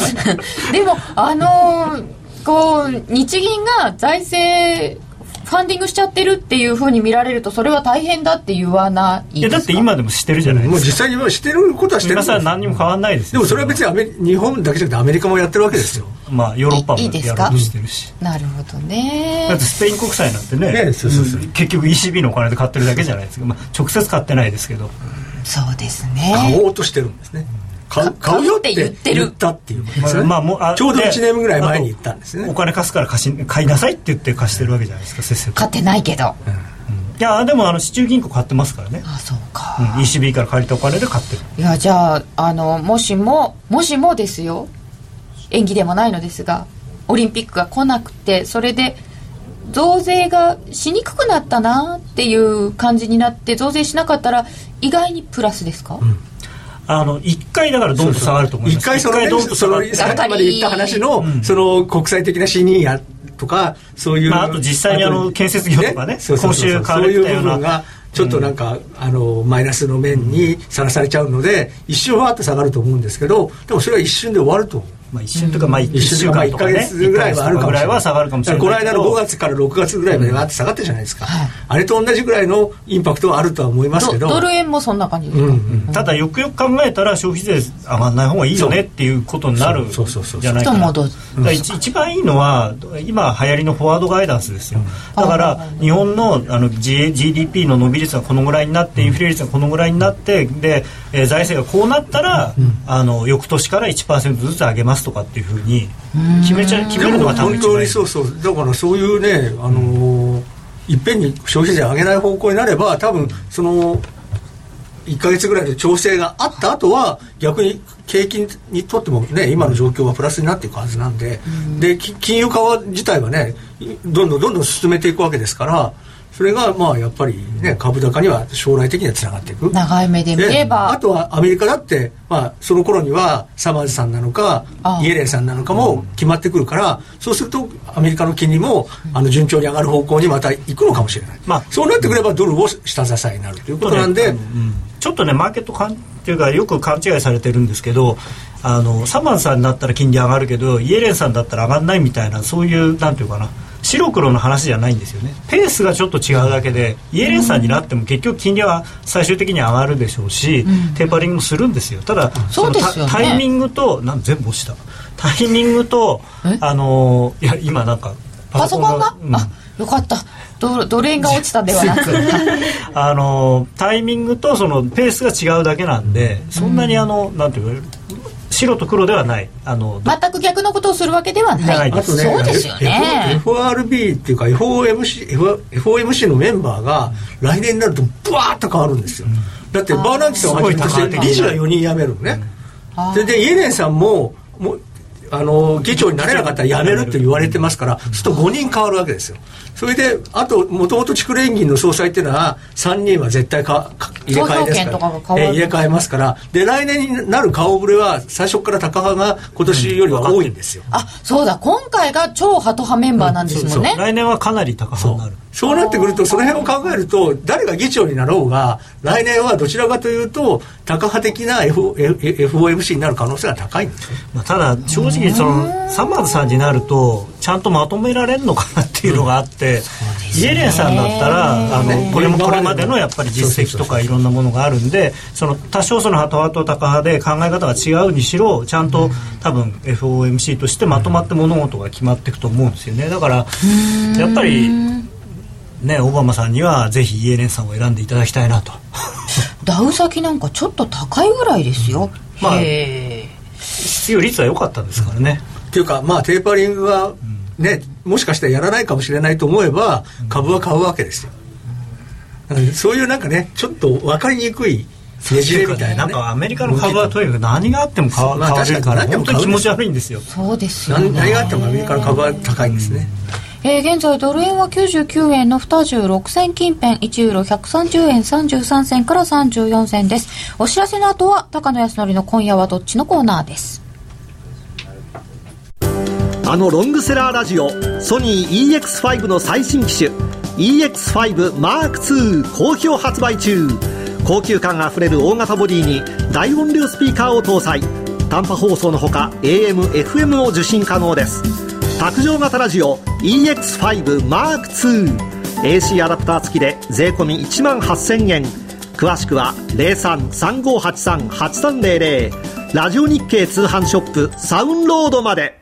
[SPEAKER 1] でもあのーこう日銀が財政ファンディングしちゃってるっていうふうに見られるとそれは大変だって言わない
[SPEAKER 4] い
[SPEAKER 1] で
[SPEAKER 4] や
[SPEAKER 1] すか
[SPEAKER 4] だって今でもしてるじゃない
[SPEAKER 2] もう
[SPEAKER 4] ですか
[SPEAKER 2] 実際にはしてることはしてるん
[SPEAKER 4] 皆
[SPEAKER 2] です
[SPEAKER 4] さん何にも変わらないです
[SPEAKER 2] で
[SPEAKER 4] よ
[SPEAKER 2] もそれは別にアメリ日本だけじゃなくてアメリカもやってるわけですよ。
[SPEAKER 4] まあヨーロッパも
[SPEAKER 1] いいいです
[SPEAKER 4] や
[SPEAKER 1] か
[SPEAKER 4] ろうとしてるし
[SPEAKER 1] なるほどね
[SPEAKER 4] だってスペイン国債なんてね
[SPEAKER 2] ねそうそうそう
[SPEAKER 4] 結局 ECB のお金で買ってるだけじゃないですか、まあ、直接買ってないですけど
[SPEAKER 1] そうですね
[SPEAKER 2] 買おうとしてるんですね。買う買うよって
[SPEAKER 1] 買うって言ってる
[SPEAKER 2] 言ったっていうことですよね
[SPEAKER 4] まあ、もうあ
[SPEAKER 2] ちょうど
[SPEAKER 4] で
[SPEAKER 2] 1年ぐらい前に言ったんです
[SPEAKER 4] あ
[SPEAKER 2] ね
[SPEAKER 4] とお。金貸すから貸し買いなさいって言って貸してるわけじゃないですかせっせと
[SPEAKER 1] 買ってないけど
[SPEAKER 4] いやでもあの市中銀行買ってますからね、
[SPEAKER 1] あそうか、
[SPEAKER 4] うん、ECB から借りたお金で買ってる
[SPEAKER 1] いやじゃああのもしももしもですよ演技でもないのですがオリンピックが来なくてそれで増税がしにくくなったなっていう感じになって増税しなかったら意外にプラスですか、
[SPEAKER 4] あの一回だからドンと下がると思いま
[SPEAKER 2] 一
[SPEAKER 4] す
[SPEAKER 2] 回その、
[SPEAKER 4] 一
[SPEAKER 2] ね、
[SPEAKER 4] ドン
[SPEAKER 2] そ
[SPEAKER 4] と下が
[SPEAKER 2] の
[SPEAKER 4] る
[SPEAKER 2] さっきまで言った話の、その国際的な信任やとかそういう、
[SPEAKER 4] まああと実際にあの建設業とかね
[SPEAKER 2] そうそうそうそう
[SPEAKER 4] 今週買
[SPEAKER 2] そ
[SPEAKER 4] わ
[SPEAKER 2] う
[SPEAKER 4] れ
[SPEAKER 2] いう
[SPEAKER 4] てたよ
[SPEAKER 2] 部
[SPEAKER 4] うな
[SPEAKER 2] 分がちょっとなんか、あのマイナスの面にさらされちゃうので、一瞬はあって下がると思うんですけどでもそれは一瞬で終わると思う。
[SPEAKER 4] まあ、一瞬というか、まあ、一
[SPEAKER 2] 一
[SPEAKER 4] 週
[SPEAKER 2] 週間
[SPEAKER 4] 間
[SPEAKER 2] 1
[SPEAKER 4] とか
[SPEAKER 2] か
[SPEAKER 4] ね
[SPEAKER 2] 月ぐらいはあるかもしれない
[SPEAKER 4] 一ヶ月とぐらいは下がるかもしれない
[SPEAKER 2] この間の5月から6月ぐらいまでわーって下がってるじゃないですか、あれと同じぐらいのインパクトはあるとは思います
[SPEAKER 1] ド
[SPEAKER 2] けど
[SPEAKER 1] ドル円もそんな感じですか、
[SPEAKER 2] うんうん
[SPEAKER 4] ただよくよく考えたら消費税上がんない方がいいよねっていうことになる
[SPEAKER 2] そうそうそうそう
[SPEAKER 4] じゃないかな
[SPEAKER 1] 人もどうぞ
[SPEAKER 4] だから一一番いいのは今流行りのフォワードガイダンスですよだから日本のあの、G、GDP の伸び率がこのぐらいになってインフレ率がこのぐらいになってで、えー財政がこうなったら、あの翌年から1%ずつ上げますとかっていうふうに決めちゃ決めるのが多
[SPEAKER 2] 本
[SPEAKER 4] 分一番
[SPEAKER 2] 当
[SPEAKER 4] い
[SPEAKER 2] に
[SPEAKER 4] い
[SPEAKER 2] そうそうだからそういうね、あのーいっぺんに消費税上げない方向になれば多分その1か月ぐらいの調整があった後は逆に景気にとってもね今の状況はプラスになっていくはずなんで,、でき金融緩和自体はねいどんどんどんどん進めていくわけですからそれがまあやっぱりね株高には将来的にはつながっていく
[SPEAKER 1] 長い目で見れば
[SPEAKER 2] あとはアメリカだって、まあ、その頃にはサマーズさんなのか
[SPEAKER 1] ああ
[SPEAKER 2] イエレンさんなのかも決まってくるからそうするとアメリカの金利もあの順調に上がる方向にまた行くのかもしれない、
[SPEAKER 4] まあ
[SPEAKER 2] そうなってくればドルを下支えになるということなんで、
[SPEAKER 4] ちょっとねマーケットかんっていうかよく勘違いされてるんですけどあのサマンさんになったら金利上がるけどイエレンさんだったら上がんないみたいなそういうなんていうかな白黒の話じゃないんですよねペースがちょっと違うだけでイエレンさんになっても結局金利は最終的に上がるでしょうし、テーパリングもするんですよただ
[SPEAKER 1] そう
[SPEAKER 4] の
[SPEAKER 1] ですよね
[SPEAKER 4] タイミングとなん全部押したタイミングと
[SPEAKER 1] え
[SPEAKER 4] あのいや今なんか
[SPEAKER 1] パソコンが、
[SPEAKER 4] うん
[SPEAKER 1] あよかったドルドル円が落ちたではな く
[SPEAKER 4] あのタイミングとそのペースが違うだけなんで、そんなにあのなんていうか白と黒ではないあの、ど
[SPEAKER 1] 全く逆のことをするわけではない
[SPEAKER 4] ない
[SPEAKER 2] あとね
[SPEAKER 1] そうですよね
[SPEAKER 2] F- FRB っていうか FOMC, F- FOMC のメンバーが来年になるとブワーッと変わるんですよだってバーナンキさんをはじめとして理事は4人辞めるのねそれでイエレンさんももうあの議長になれなかったら辞めるって言われてますからそうすると5人変わるわけですよそれであともともと地区連銀の総裁っていうのは3人は絶対かか入れ替えです
[SPEAKER 1] 投票権と
[SPEAKER 2] か
[SPEAKER 1] からが変わる
[SPEAKER 2] えー入れ替えますからで来年になる顔ぶれは最初から高派が今年よりは多いんですよ
[SPEAKER 1] あそうだ今回が超ハト派メンバーなんですもんね、
[SPEAKER 4] 来年はかなり高さになる
[SPEAKER 2] そうなってくるとその辺を考えると誰が議長になろうが来年はどちらかというとタカ派的な F- F- FOMC になる可能性が高いんですよ
[SPEAKER 4] まあ、ただ正直そのサマーズさんになるとちゃんとまとめられるのかなっていうのがあって、イエレンさんだったらあのこれもこれまでのやっぱり実績とかいろんなものがあるんでその多少そのハト派とタカ派で考え方が違うにしろちゃんと多分 FOMC としてまとまって物事が決まっていくと思うんですよねだからやっぱりねオバマさんにはぜひイエレンさんを選んでいただきたい なと。
[SPEAKER 1] ダウ先なんかちょっと高いぐらいですよ、
[SPEAKER 4] まあ
[SPEAKER 1] へえ
[SPEAKER 4] 必要率は良かったんですからね。
[SPEAKER 2] っていうかまあテーパリングはねもしかしたらやらないかもしれないと思えば株は買うわけですよだからそういうなんかねちょっと分かりにくいねじれみたいな,、
[SPEAKER 4] なんかアメリカの株はと
[SPEAKER 2] に
[SPEAKER 4] にかく何があっても買わ
[SPEAKER 2] まあ
[SPEAKER 4] 買われるから
[SPEAKER 2] 確かに
[SPEAKER 4] 本当に気持ち悪いんですよ
[SPEAKER 1] そうですよね
[SPEAKER 2] 何何があってもアメリカの株は高いんですね、
[SPEAKER 1] えー現在ドル円は99円の26銭近辺1ユーロ130円33銭から34銭ですお知らせの後は高野康則の今夜はどっちのコーナーです
[SPEAKER 8] あのロングセラーラジオソニー EX5 の最新機種 EX5M2 好評発売中高級感あふれる大型ボディに大音量スピーカーを搭載短波放送のほか AMFM を受信可能です卓上型ラジオ EX5M2AC アダプター付きで税込1万8000円詳しくは0335838300ラジオ日経通販ショップサウンロードまで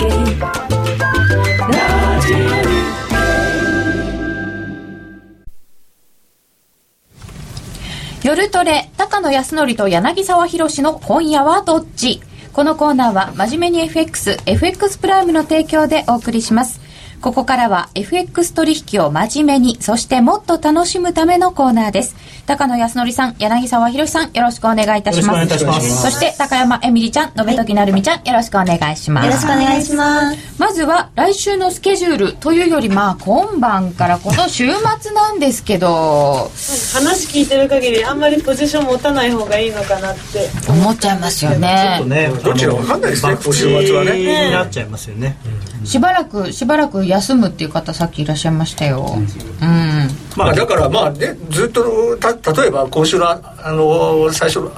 [SPEAKER 10] 経ラジオ日経
[SPEAKER 1] 夜トレ高野康則と柳沢博の今夜はどっちこのコーナーは真面目に FXFX プライムの提供でお送りしますここからは FX 取引を真面目にそしてもっと楽しむためのコーナーです高野康則さん柳沢博さんよろしくお願いいたします
[SPEAKER 4] よろしくお願いいたします
[SPEAKER 1] そして高山えみりちゃん延時成美ちゃんよろしくお願いします
[SPEAKER 11] よろしくお願いします
[SPEAKER 1] まずは来週のスケジュールというよりまあ今晩からこの週末なんですけど
[SPEAKER 5] 話聞いてる限りあんまりポジション持たない方がいいのかなって
[SPEAKER 1] 思っちゃいますよね
[SPEAKER 4] ね
[SPEAKER 2] どっちだかわかんないですね今週末はね
[SPEAKER 4] 博打になっちゃいますよね、
[SPEAKER 1] しばらくしばらく休むっていう方さっきいらっしゃいましたようん、
[SPEAKER 2] まあ、だからまあねずっとた例えば今週のああの最初の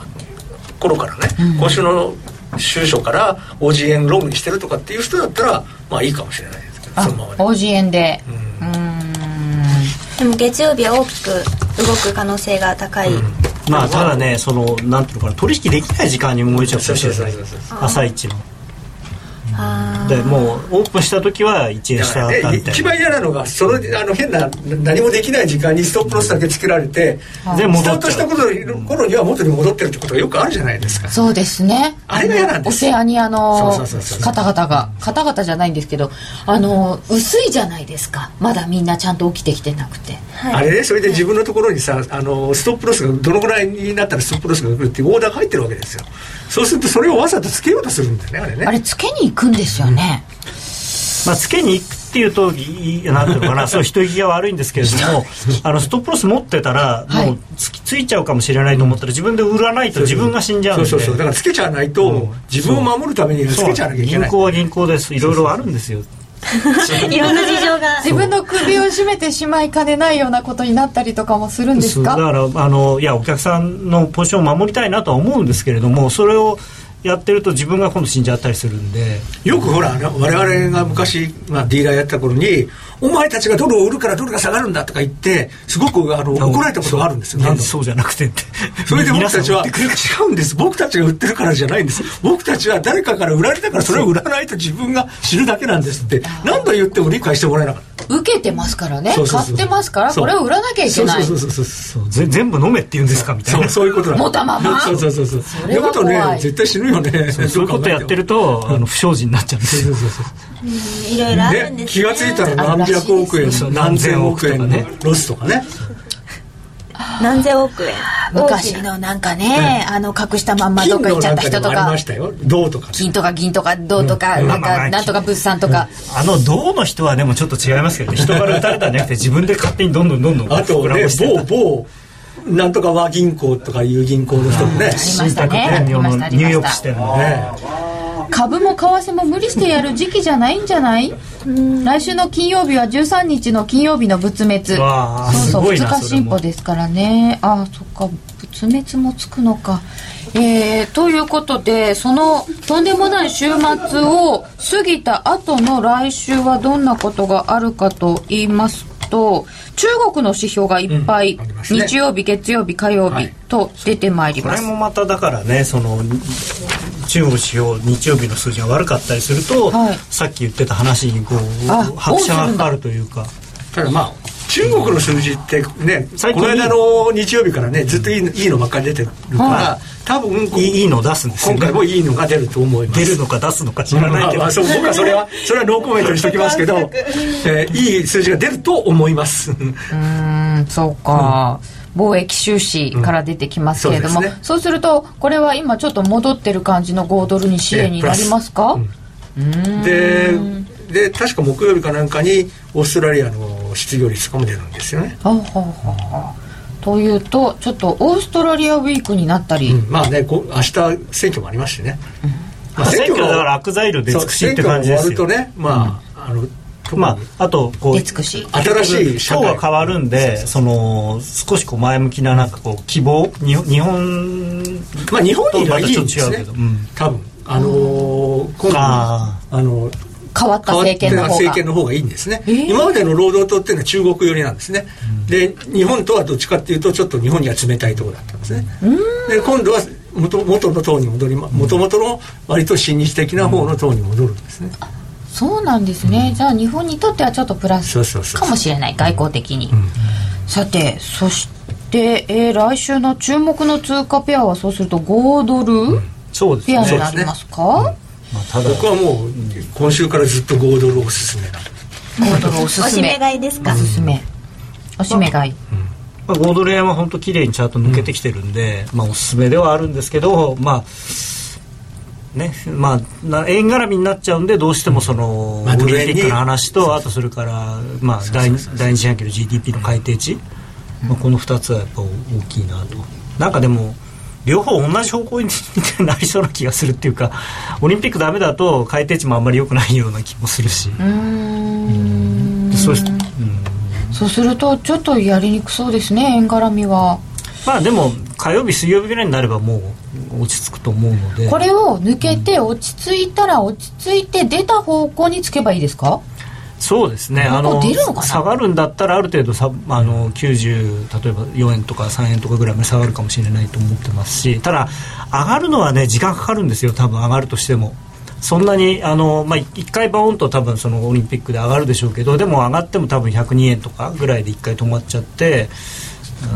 [SPEAKER 2] 頃からね、今週の収書からオジ円ロングにしてるとかっていう人だったらまあいいかもしれないですけど
[SPEAKER 1] あ
[SPEAKER 2] そのままで。
[SPEAKER 1] 王子円でう
[SPEAKER 2] うん
[SPEAKER 11] でも月曜日は大きく動く可能性が高い、
[SPEAKER 4] まあただねそのなんていうのかな取引できない時間に動いちゃうかもしれない
[SPEAKER 2] そうそうそうそ
[SPEAKER 4] 朝一の
[SPEAKER 11] あ
[SPEAKER 4] でもうオープンした時は1円
[SPEAKER 2] だ
[SPEAKER 4] 下
[SPEAKER 2] か
[SPEAKER 4] だった
[SPEAKER 2] らね
[SPEAKER 4] みた
[SPEAKER 2] 一
[SPEAKER 4] いな
[SPEAKER 2] 番嫌なのがそのあの変な何もできない時間にストップロスだけつけられて
[SPEAKER 4] で
[SPEAKER 2] スタ
[SPEAKER 4] 戻
[SPEAKER 2] ー
[SPEAKER 4] っち
[SPEAKER 2] トし
[SPEAKER 4] ゃ
[SPEAKER 2] た
[SPEAKER 4] う
[SPEAKER 2] 頃に頃には元に戻ってるってことがよくあるじゃないですか
[SPEAKER 1] そうですね
[SPEAKER 2] あれが嫌なんです
[SPEAKER 1] オセアニアの
[SPEAKER 2] そうそうそうそう
[SPEAKER 1] 方々が方々じゃないんですけどあの薄いじゃないですかまだみんなちゃんと起きてきてなくて
[SPEAKER 2] あれねそれで自分のところにさあのストップロスがどのぐらいになったらストップロスが来るっていうオーダーが入ってるわけですよそうするとそれをわざとつけようとするんだよねあれね
[SPEAKER 1] あれつけに行くんですよね、
[SPEAKER 4] まあつけに行くっていうといいなんていうの かなそう人行きが悪いんですけれどもあのストップロス持ってたら
[SPEAKER 1] はい
[SPEAKER 4] もうつきついちゃうかもしれないと思ったら自分で売らないと自分が死んじゃうん
[SPEAKER 2] そう
[SPEAKER 4] で
[SPEAKER 2] そうそうだからつけちゃわないと、自分を守るためにはつけちゃわなきゃいけ
[SPEAKER 4] 銀
[SPEAKER 2] ない
[SPEAKER 4] 行は銀行ですいろいろあるんですよ
[SPEAKER 11] あいろんな事情が
[SPEAKER 1] 自分の首を絞めてしまいかねないようなことになったりとかもするんです
[SPEAKER 4] そう
[SPEAKER 1] か
[SPEAKER 4] だからあのいやお客さんのポジションを守りたいなとは思うんですけれどもそれをやってると自分が今度死んじゃったりするんで
[SPEAKER 2] よくほらあの我々が昔、まあ、ディーラーやってた頃にお前たちがドルを売るからドルが下がるんだとか言ってすごくあの怒られたことがあるんですよ何
[SPEAKER 4] ね
[SPEAKER 2] 度も
[SPEAKER 4] そうじゃなく てって
[SPEAKER 2] それで僕たちは
[SPEAKER 4] 皆さん売ってくれ
[SPEAKER 2] 違うんです僕たちが売ってるからじゃないんです僕たちは誰かから売られたからそれを売らないと自分が死ぬだけなんですって何度言っても理解してもらえなかった
[SPEAKER 1] 受けてますからね
[SPEAKER 2] そうそうそう
[SPEAKER 1] 買ってますから
[SPEAKER 2] そう
[SPEAKER 1] これを売らなきゃいけない
[SPEAKER 2] そうそうそうそう
[SPEAKER 4] そうぜ全部飲めって言うんですかみたい
[SPEAKER 2] そ
[SPEAKER 4] な
[SPEAKER 2] うそういうことなんだ
[SPEAKER 1] 持ったまま
[SPEAKER 2] そうそうそうそうそうい
[SPEAKER 1] れ
[SPEAKER 2] う
[SPEAKER 1] は
[SPEAKER 2] こ
[SPEAKER 1] 怖
[SPEAKER 2] と
[SPEAKER 1] い
[SPEAKER 2] ね絶対死ぬよね
[SPEAKER 4] そうそういうことやってるとあの不祥事になっちゃうんです
[SPEAKER 2] そう
[SPEAKER 4] よ
[SPEAKER 2] そうそう
[SPEAKER 11] いろいろあるん
[SPEAKER 2] ね
[SPEAKER 11] です
[SPEAKER 2] 気
[SPEAKER 11] ね
[SPEAKER 2] がついたら何百億円
[SPEAKER 4] そう
[SPEAKER 2] 何千億円の
[SPEAKER 4] 何千億とかね
[SPEAKER 2] ロスとかね
[SPEAKER 11] 何千億円
[SPEAKER 1] 昔のなんかね、あの隠したまんまどっか行っちゃった人と
[SPEAKER 2] 金の中にもあり
[SPEAKER 1] か
[SPEAKER 2] ましたよ銅とか
[SPEAKER 1] 金とか銀とか銅とか、
[SPEAKER 4] うん
[SPEAKER 1] なん
[SPEAKER 4] まあま
[SPEAKER 1] か
[SPEAKER 4] あ
[SPEAKER 1] なんとか物産とか、
[SPEAKER 4] あの銅の人はでもちょっと違いますけどね人から打たれたんじゃなくて自分で勝手にどんどんどんどん
[SPEAKER 2] あと
[SPEAKER 4] 膨ら
[SPEAKER 2] ね
[SPEAKER 4] まして
[SPEAKER 2] 某某なんとか和銀行とかいう銀行の人もね
[SPEAKER 1] ありましたね
[SPEAKER 4] 信託天皇の
[SPEAKER 1] ありました
[SPEAKER 4] ニューヨーク支店のね
[SPEAKER 2] ね
[SPEAKER 1] 株も為替も無理してやる時期じゃないんじゃない来週の金曜日は13日の金曜日の仏滅
[SPEAKER 4] わあ
[SPEAKER 1] そう
[SPEAKER 4] す
[SPEAKER 1] そ
[SPEAKER 4] ご
[SPEAKER 1] う
[SPEAKER 4] い
[SPEAKER 1] 2
[SPEAKER 4] な
[SPEAKER 1] 日
[SPEAKER 4] それ
[SPEAKER 1] 進
[SPEAKER 4] も
[SPEAKER 1] 歩ですからねああそっか仏滅もつくのかえー、ということでそのとんでもない週末を過ぎた後の来週はどんなことがあるかと言いますと中国の指標がいっぱい、
[SPEAKER 2] うんありますね
[SPEAKER 1] 日曜日月曜日火曜
[SPEAKER 2] は
[SPEAKER 1] 日
[SPEAKER 2] い
[SPEAKER 1] と出てまいり
[SPEAKER 4] こ
[SPEAKER 1] ま
[SPEAKER 4] れ
[SPEAKER 1] す、
[SPEAKER 4] もまただからねその中国指標日曜日の数字が悪かったりすると、
[SPEAKER 1] はい
[SPEAKER 4] さっき言ってた話にこ
[SPEAKER 1] あ
[SPEAKER 4] う拍車がかかるというか
[SPEAKER 2] ただまあ中国の数字ってね
[SPEAKER 4] 最
[SPEAKER 2] こ
[SPEAKER 4] 近
[SPEAKER 2] の間の日曜日からねずっといいいいのばっかり出てるから
[SPEAKER 1] は
[SPEAKER 2] 多分
[SPEAKER 4] いいいいのを出すんですよ、
[SPEAKER 2] 今
[SPEAKER 4] ね、
[SPEAKER 2] 回もいいのが出ると思います
[SPEAKER 4] 出るのか出すのか知
[SPEAKER 2] ま
[SPEAKER 4] らない
[SPEAKER 2] あ
[SPEAKER 4] けど、
[SPEAKER 2] まあそう僕はそれはそれはノーコメントにしときますけど、えーいい数字が出ると思います。
[SPEAKER 1] うんそうか、貿易収支から出てきますけれども、
[SPEAKER 2] うん
[SPEAKER 1] そ
[SPEAKER 2] そうう
[SPEAKER 1] す
[SPEAKER 2] ですね
[SPEAKER 1] るとこれは今ちょっと戻ってる感じの5ドルに支援になりますか、
[SPEAKER 2] ええプラスでで確か木曜日かなんかにオーストラリアの失業率とかも出るんですよね。
[SPEAKER 1] あはははというとちょっとオーストラリアウィークになったり、
[SPEAKER 2] うんまあねこ明日選挙もありますしね。まあ
[SPEAKER 4] 選挙
[SPEAKER 2] が
[SPEAKER 4] だから悪材料で尽くしって感じです
[SPEAKER 2] 選挙が
[SPEAKER 4] よ、
[SPEAKER 2] 終わるとねまあ、あの特に
[SPEAKER 4] まあ、あとこう
[SPEAKER 1] 出尽くし
[SPEAKER 2] 新しい社
[SPEAKER 4] 党
[SPEAKER 2] 会
[SPEAKER 4] が変わるんでその少しこう前向きななんかこう希望に日本
[SPEAKER 2] まあ日本にはいいんです
[SPEAKER 4] とまたちょっと違うけ
[SPEAKER 2] ね
[SPEAKER 4] どうん。
[SPEAKER 2] 多分あのー今度
[SPEAKER 4] あ
[SPEAKER 2] あの
[SPEAKER 1] 変わった政権の方が
[SPEAKER 2] 政権の方がいいんですね、
[SPEAKER 1] えー
[SPEAKER 2] 今までの労働党っていうのは中国寄りなんですね、で日本とはどっちかっていうとちょっと日本には冷たいところだったんですねで今度は元元の党に戻りま元々の割と親日的な方の党に戻るんですね、
[SPEAKER 12] そうなんですね、じゃあ日本にとってはちょっとプラ
[SPEAKER 2] そうそう
[SPEAKER 12] ス
[SPEAKER 2] そう
[SPEAKER 12] かもしれない外交的に、さてそして、えー来週の注目の通貨ペアはそうすると5ドル
[SPEAKER 4] そうで
[SPEAKER 12] ペアになりますか、
[SPEAKER 2] 僕はもう今週からずっと5ドルおすすめな
[SPEAKER 12] 5ドルおすすめ
[SPEAKER 11] 買いですか
[SPEAKER 12] おすすめおしめ買い、
[SPEAKER 4] まあ、5ドル円は本当綺麗にチャート抜けてきてるんで、まあ、おすすめではあるんですけど、まあねまあ、な円絡みになっちゃうんでどうしてもその、
[SPEAKER 2] まあ
[SPEAKER 4] オ
[SPEAKER 2] ドル
[SPEAKER 4] リ
[SPEAKER 2] 円に
[SPEAKER 4] ンピックの話とあとそれから、まあ、第二第二四半期の GDP の改定値、まあ、この2つはやっぱ大きいなとなんかでも両方同じ方向になりそうな気がするっていうかオリンピックダメだと改定値もあんまり良くないような気もするしでそうし
[SPEAKER 12] そうするとちょっとやりにくそうですね円絡みは
[SPEAKER 4] まあでも火曜日水曜日ぐらいになればもう落ち着くと思うので
[SPEAKER 12] これを抜けて落ち着いたら落ち着いて出た方向につけばいいですか
[SPEAKER 4] そうですねあ
[SPEAKER 12] もう
[SPEAKER 4] の
[SPEAKER 12] 出るのかな
[SPEAKER 4] 下がるんだったらある程度さあの90例えば4円とか3円とかぐらいまで下がるかもしれないと思ってますしただ上がるのはね時間かかるんですよ多分上がるとしてもそんなにあの、まあ、1回バーンと多分そのオリンピックで上がるでしょうけどでも上がっても多分102円とかぐらいで1回止まっちゃってう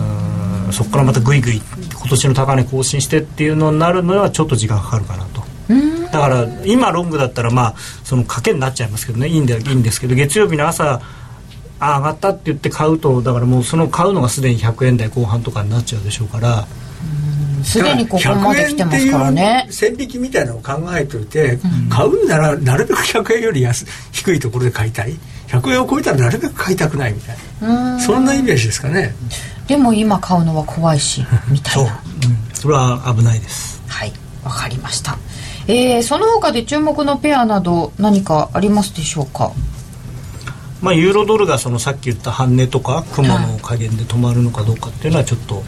[SPEAKER 4] ーんそこからまたぐいぐい今年の高値更新してっていうのになるのはちょっと時間かかるかなと。だから今ロングだったらまあその賭けになっちゃいますけどねいいんだいいんですけど月曜日の朝あ上がったって言って買うとだからもうその買うのがすでに100円台後半とかになっちゃうでしょうから
[SPEAKER 12] すでにここまで来てますからね
[SPEAKER 2] 100円っていう線引きみたいなのを考えておいて、買うんならなるべく100円より安低いところで買いたい100円を超えたらなるべく買いたくないみたいなそんなイメージですかね
[SPEAKER 12] でも今買うのは怖いしみたいな
[SPEAKER 4] それは危ないです
[SPEAKER 12] はいわかりましたえー、その他で注目のペアなど何かありますでしょうか
[SPEAKER 4] まあユーロドルがそのさっき言った半値とか雲の加減で止まるのかどうかっていうのはちょっと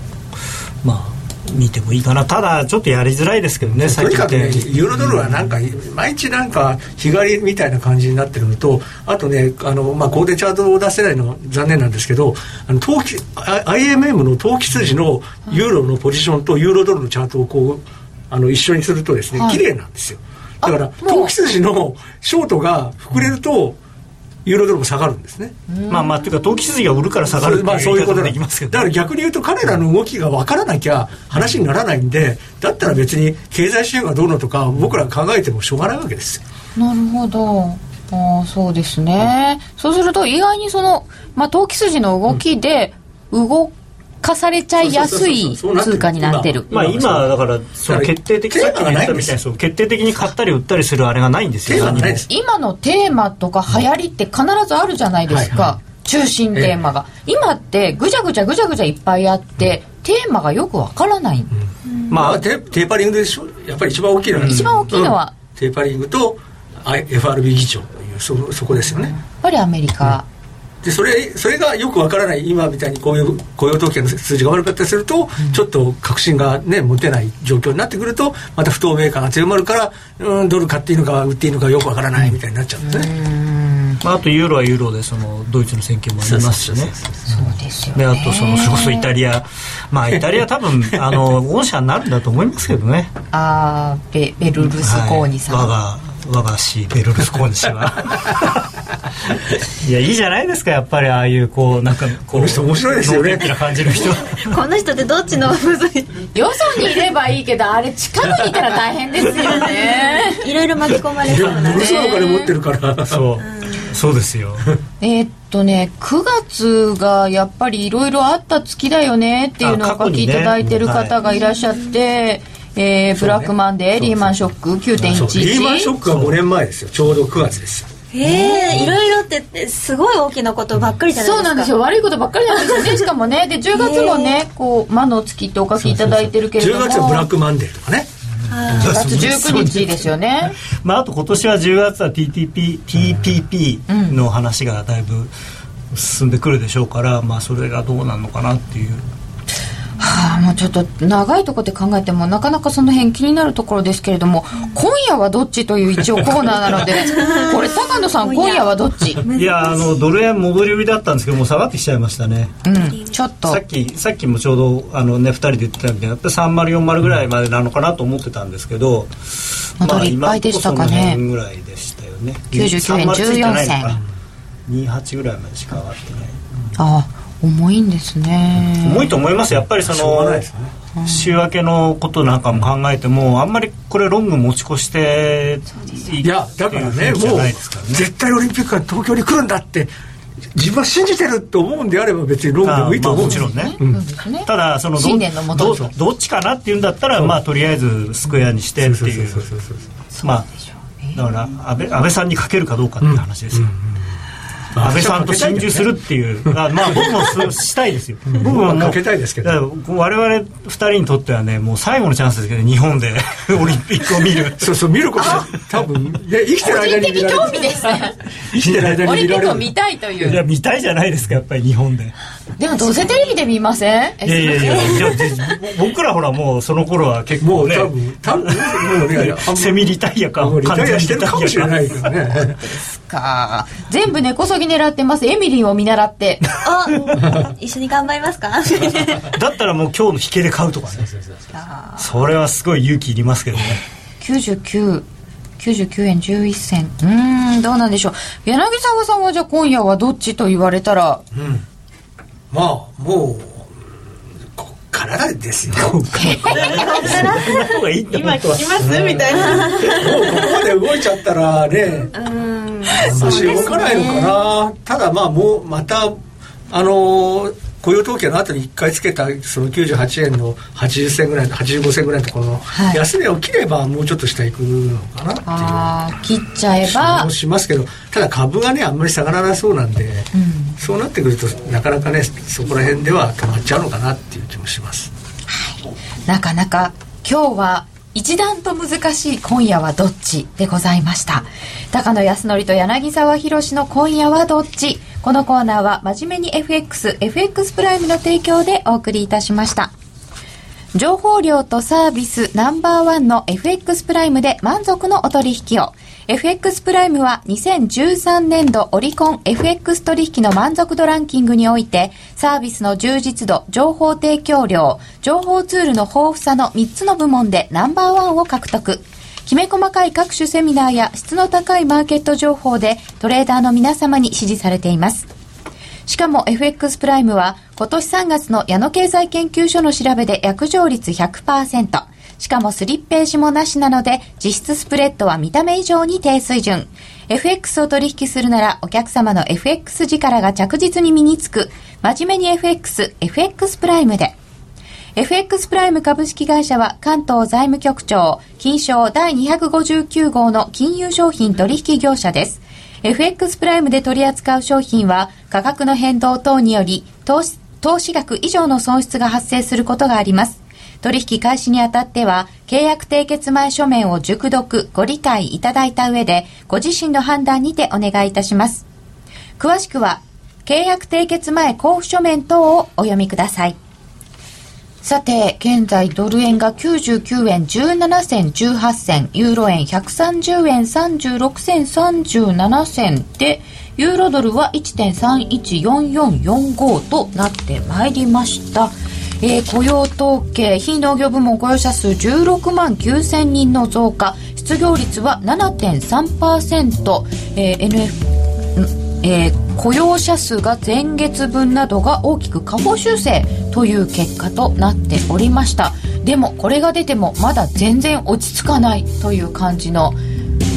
[SPEAKER 4] まあ見てもいいかなただちょっとやりづらいですけどねさ
[SPEAKER 2] と
[SPEAKER 4] っき
[SPEAKER 2] に
[SPEAKER 4] 言
[SPEAKER 2] か
[SPEAKER 4] っ
[SPEAKER 2] く
[SPEAKER 4] たよう
[SPEAKER 2] ね
[SPEAKER 4] に
[SPEAKER 2] ユーロドルはなんか毎日なんか日帰りみたいな感じになってるのとあとねあの、まあ、コーデチャートを出せないのは残念なんですけどあの投機あ IMM の投機筋のユーロのポジションとユーロドルのチャートをこうあの一緒にするとですね
[SPEAKER 12] はい
[SPEAKER 2] 綺麗なんですよだから
[SPEAKER 12] あもう
[SPEAKER 2] 投機筋のショートが膨れるとユーロドルも下がるんですね
[SPEAKER 4] まあまあというか投機筋が売るから下がるって
[SPEAKER 2] まあ
[SPEAKER 4] い
[SPEAKER 2] そう
[SPEAKER 4] う
[SPEAKER 2] い
[SPEAKER 4] 言
[SPEAKER 2] う
[SPEAKER 4] い方
[SPEAKER 2] こと
[SPEAKER 4] も
[SPEAKER 2] な
[SPEAKER 4] で
[SPEAKER 2] ん
[SPEAKER 4] きますけど
[SPEAKER 2] だから逆に言うと彼らの動きが分からなきゃ話にならないんでだったら別に経済支援がどうのとか僕ら考えてもしょうがないわけですよ
[SPEAKER 12] なるほどあーそうですねそうすると意外にその、まあ、投機筋の動きで動かされちゃいやすい
[SPEAKER 2] そうそうそうそうそうな
[SPEAKER 12] 通
[SPEAKER 2] ってる
[SPEAKER 12] 貨になってる
[SPEAKER 4] まあ今だからその
[SPEAKER 2] だから
[SPEAKER 4] 決定的
[SPEAKER 2] テ
[SPEAKER 4] さっ
[SPEAKER 2] ー
[SPEAKER 4] き
[SPEAKER 2] マが
[SPEAKER 4] 言
[SPEAKER 2] な
[SPEAKER 4] っ
[SPEAKER 2] い
[SPEAKER 4] た
[SPEAKER 2] んで
[SPEAKER 4] み
[SPEAKER 2] す
[SPEAKER 4] たいにそう決定的に買ったり売ったりするあれがないんですよ
[SPEAKER 2] テーマがないです
[SPEAKER 12] 今のテーマとか流行りって必ずあるじゃないですか、中心テーマが、今ってぐちゃぐちゃぐちゃぐちゃいっぱいあって、テーマがよくわからない、
[SPEAKER 4] 何も
[SPEAKER 2] まあ
[SPEAKER 4] ま
[SPEAKER 2] テテーパリングでしょやっぱり一番大きいのは、
[SPEAKER 12] 一番大きいのは
[SPEAKER 2] うんテーパリングとあ FRB 議長というそそこですよね
[SPEAKER 12] やっぱりアメリカ、
[SPEAKER 2] でそれそれがよくわからない今みたいにこういう雇用統計の数字が悪かったりすると、ちょっと確信が、ね、持てない状況になってくるとまた不透明感が強まるからうんドル買っていいのか売っていいのかよくわからないみたいになっちゃうんですね、
[SPEAKER 4] あ、あとユーロはユーロでそのドイツの選挙もありますしね
[SPEAKER 12] そうですよ
[SPEAKER 4] で
[SPEAKER 12] ね
[SPEAKER 4] あとそのそれこそイタリアまあイタリア 多分あの御社になるんだと思いますけどね
[SPEAKER 12] あーベベルルスコーニさん、
[SPEAKER 4] はい我が我が氏ベルルスコーニ氏 はいやいいじゃないですかやっぱりああいうこうなんかこう
[SPEAKER 2] の人面白いですよね
[SPEAKER 4] 能天気な感じの人
[SPEAKER 11] この人ってどっちの部類
[SPEAKER 12] よそにいればいいけどあれ近くにいたら大変ですよね
[SPEAKER 11] いろいろ巻き込まれ
[SPEAKER 2] で
[SPEAKER 11] そう
[SPEAKER 2] も
[SPEAKER 11] な
[SPEAKER 2] ものすごいお金持ってるから
[SPEAKER 4] そうそうで すよ
[SPEAKER 12] えーっとね9月がやっぱりいろいろあった月だよねっていうのを
[SPEAKER 4] あ
[SPEAKER 12] お
[SPEAKER 4] 過去
[SPEAKER 12] 書き
[SPEAKER 4] に
[SPEAKER 12] い
[SPEAKER 4] ね
[SPEAKER 12] ただいてる方がいらっしゃって、えーブラックマンデー、リーマンショック
[SPEAKER 2] そうリーマンショッ
[SPEAKER 12] 9.11
[SPEAKER 2] クは5年前ですよちょうど9月ですよ
[SPEAKER 11] ええいろいろってってすごい大きなことばっかりじゃないですか
[SPEAKER 12] そうなんですよ悪いことばっかりなんです よねしかもねで10月もねこう魔の月ってお書きいただいてるけれど
[SPEAKER 2] 10
[SPEAKER 12] も
[SPEAKER 2] 月はブラックマンデーとかね
[SPEAKER 12] 10月19日ですよね
[SPEAKER 4] まあ、あと今年は10月は TTP TPP の話がだいぶ進んでくるでしょうから、まあ、それがどうなるのかなっていう
[SPEAKER 12] はあ、もうちょっと長いところで考えてもなかなかその辺気になるところですけれども今夜はどっちという一応コーナーなのでこれ高野さん今夜はどっち
[SPEAKER 4] いやあのドル円戻り売りだったんですけどもう下がってきちゃいましたね、
[SPEAKER 12] うん、ちょっと
[SPEAKER 4] さっきさっきもちょうどあの、ね、2人で言ってたみたいなやっぱり3040ぐらいまでなのかなと思ってたんですけど、
[SPEAKER 12] 戻りいっぱいでしたかね
[SPEAKER 4] 今のとこその辺ぐらいでしたよ
[SPEAKER 12] 99
[SPEAKER 4] ね
[SPEAKER 12] 円
[SPEAKER 4] 30ついてないのか
[SPEAKER 12] 14
[SPEAKER 4] な28ぐらいまでしか上がってない
[SPEAKER 12] ああ重いんですね
[SPEAKER 4] 重いと思いますやっぱりそ
[SPEAKER 2] しょうがない
[SPEAKER 4] の
[SPEAKER 2] ですよね
[SPEAKER 4] 週明けのことなんかも考えてもあんまりこれロング持ち越してい
[SPEAKER 2] いやだからね
[SPEAKER 4] っていう雰囲気じゃ
[SPEAKER 2] もう
[SPEAKER 4] ないですからね
[SPEAKER 2] 絶対オリンピックが東京に来るんだって自分は信じてると思うんであれば別にロングでもいいと思う
[SPEAKER 4] あーまあもちろんね
[SPEAKER 2] うん
[SPEAKER 12] ね
[SPEAKER 4] ただそのど
[SPEAKER 12] 信念のもと
[SPEAKER 4] どどっちかなっていうんだったらまあとりあえずスクエアにしてっていう
[SPEAKER 2] そうそうそうそう
[SPEAKER 4] まあだから安倍安倍さんにかけるかどうかっていう話ですよ、安倍さんと心中するっていう、あまあ僕もすしたいですよ、僕ももう
[SPEAKER 2] かけたいですけど
[SPEAKER 4] だから我々2人にとってはね、もう最後のチャンスですけど、日本で オリンピックを見る、
[SPEAKER 2] そうそう見ることが多 分で生きてる
[SPEAKER 12] 個
[SPEAKER 2] 間
[SPEAKER 12] 人
[SPEAKER 2] に見
[SPEAKER 12] 的
[SPEAKER 2] られ
[SPEAKER 12] 興
[SPEAKER 2] る
[SPEAKER 12] 味ですね
[SPEAKER 2] 生きてる間
[SPEAKER 12] オリ
[SPEAKER 2] に
[SPEAKER 12] ン
[SPEAKER 2] 見
[SPEAKER 12] ピッ
[SPEAKER 2] られ
[SPEAKER 12] クを
[SPEAKER 2] る
[SPEAKER 12] 見たいとい
[SPEAKER 4] いうや、見たいじゃないですか、やっぱり日本で。
[SPEAKER 12] でもどうせテレビで見ません
[SPEAKER 4] いやいやいや、じゃあじゃあ僕らほら、もうその頃は結
[SPEAKER 2] も
[SPEAKER 4] 構
[SPEAKER 2] う
[SPEAKER 4] ね、
[SPEAKER 2] 多 分多分もうねあん
[SPEAKER 4] セミリタイヤか、
[SPEAKER 2] もうリタイアして
[SPEAKER 4] 完全
[SPEAKER 2] る
[SPEAKER 4] にリタイヤ
[SPEAKER 2] かもしれないけどね
[SPEAKER 12] か全部根こそぎ狙ってますエミリンを見習って
[SPEAKER 11] あ一緒に頑張りますか
[SPEAKER 4] だったらもう今日の引けで買うとかね。それはすごい勇気いりますけどね。
[SPEAKER 12] 99 99円11銭うーんどうなんでしょう柳沢さんはじゃあ今夜はどっちと言われたら
[SPEAKER 2] まあもうこっからですよ もうこ
[SPEAKER 4] そんな方がいいって
[SPEAKER 5] 今来ますみたいな
[SPEAKER 2] こまで動いちゃったらね足動かないのかな、ただまあもうまたあのー雇用統計の後に1回つけたその98円の80銭ぐらいの85銭ぐらいのところの
[SPEAKER 12] はい
[SPEAKER 2] 安値を切ればもうちょっと下行くのかなっていう
[SPEAKER 12] あー切っちゃえ
[SPEAKER 2] 気
[SPEAKER 12] ば
[SPEAKER 2] もしますけどただ株がねあんまり下がらなそうなんで、そうなってくるとなかなかねそこら辺では止まっちゃうのかなっていう気もします
[SPEAKER 12] なかなか今日は一段と難しい今夜はどっちでございました。高野康則と柳沢博の今夜はどっちこのコーナーは真面目に FX、FX プライムの提供でお送りいたしました。情報量とサービスナンバーワンの FX プライムで満足のお取引を。FX プライムは2013年度オリコン FX 取引の満足度ランキングにおいて、サービスの充実度、情報提供量、情報ツールの豊富さの3つの部門でナンバーワンを獲得。きめ細かい各種セミナーや質の高いマーケット情報でトレーダーの皆様に支持されています。しかも FX プライムは今年3月の矢野経済研究所の調べで約定率100%。しかもスリッページもなしなので実質スプレッドは見た目以上に低水準。FX を取引するならお客様の FX 力が着実に身につく。真面目に FX、FX プライムで。FX プライム株式会社は関東財務局長金賞第259号の金融商品取引業者です。FX プライムで取り扱う商品は価格の変動等により投資投資額以上の損失が発生することがあります。取引開始にあたっては契約締結前書面を熟読ご理解いただいた上でご自身の判断にてお願いいたします。詳しくは契約締結前交付書面等をお読みください。さて、現在ドル円が99円17銭18銭、ユーロ円130円36銭37銭で、ユーロドルは1.314445となってまいりました。えー雇用統計、非農業部門雇用者数16万9000人の増加、失業率は7.3%、えー、NF、えー雇用者数が前月分などが大きく下方修正という結果となっておりましたでもこれが出てもまだ全然落ち着かないという感じの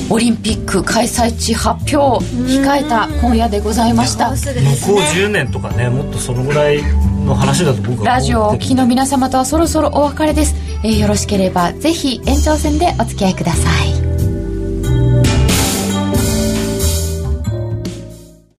[SPEAKER 12] オリンピック開催地発表を控えた今夜でございました
[SPEAKER 11] もうすぐで
[SPEAKER 4] 向
[SPEAKER 11] す
[SPEAKER 4] こう
[SPEAKER 11] ね
[SPEAKER 4] 10年とかね、もっとそのぐらいの話だと僕は思う
[SPEAKER 12] ラジオをお聞きの皆様とはそろそろお別れです、えーよろしければぜひ延長戦でお付き合いください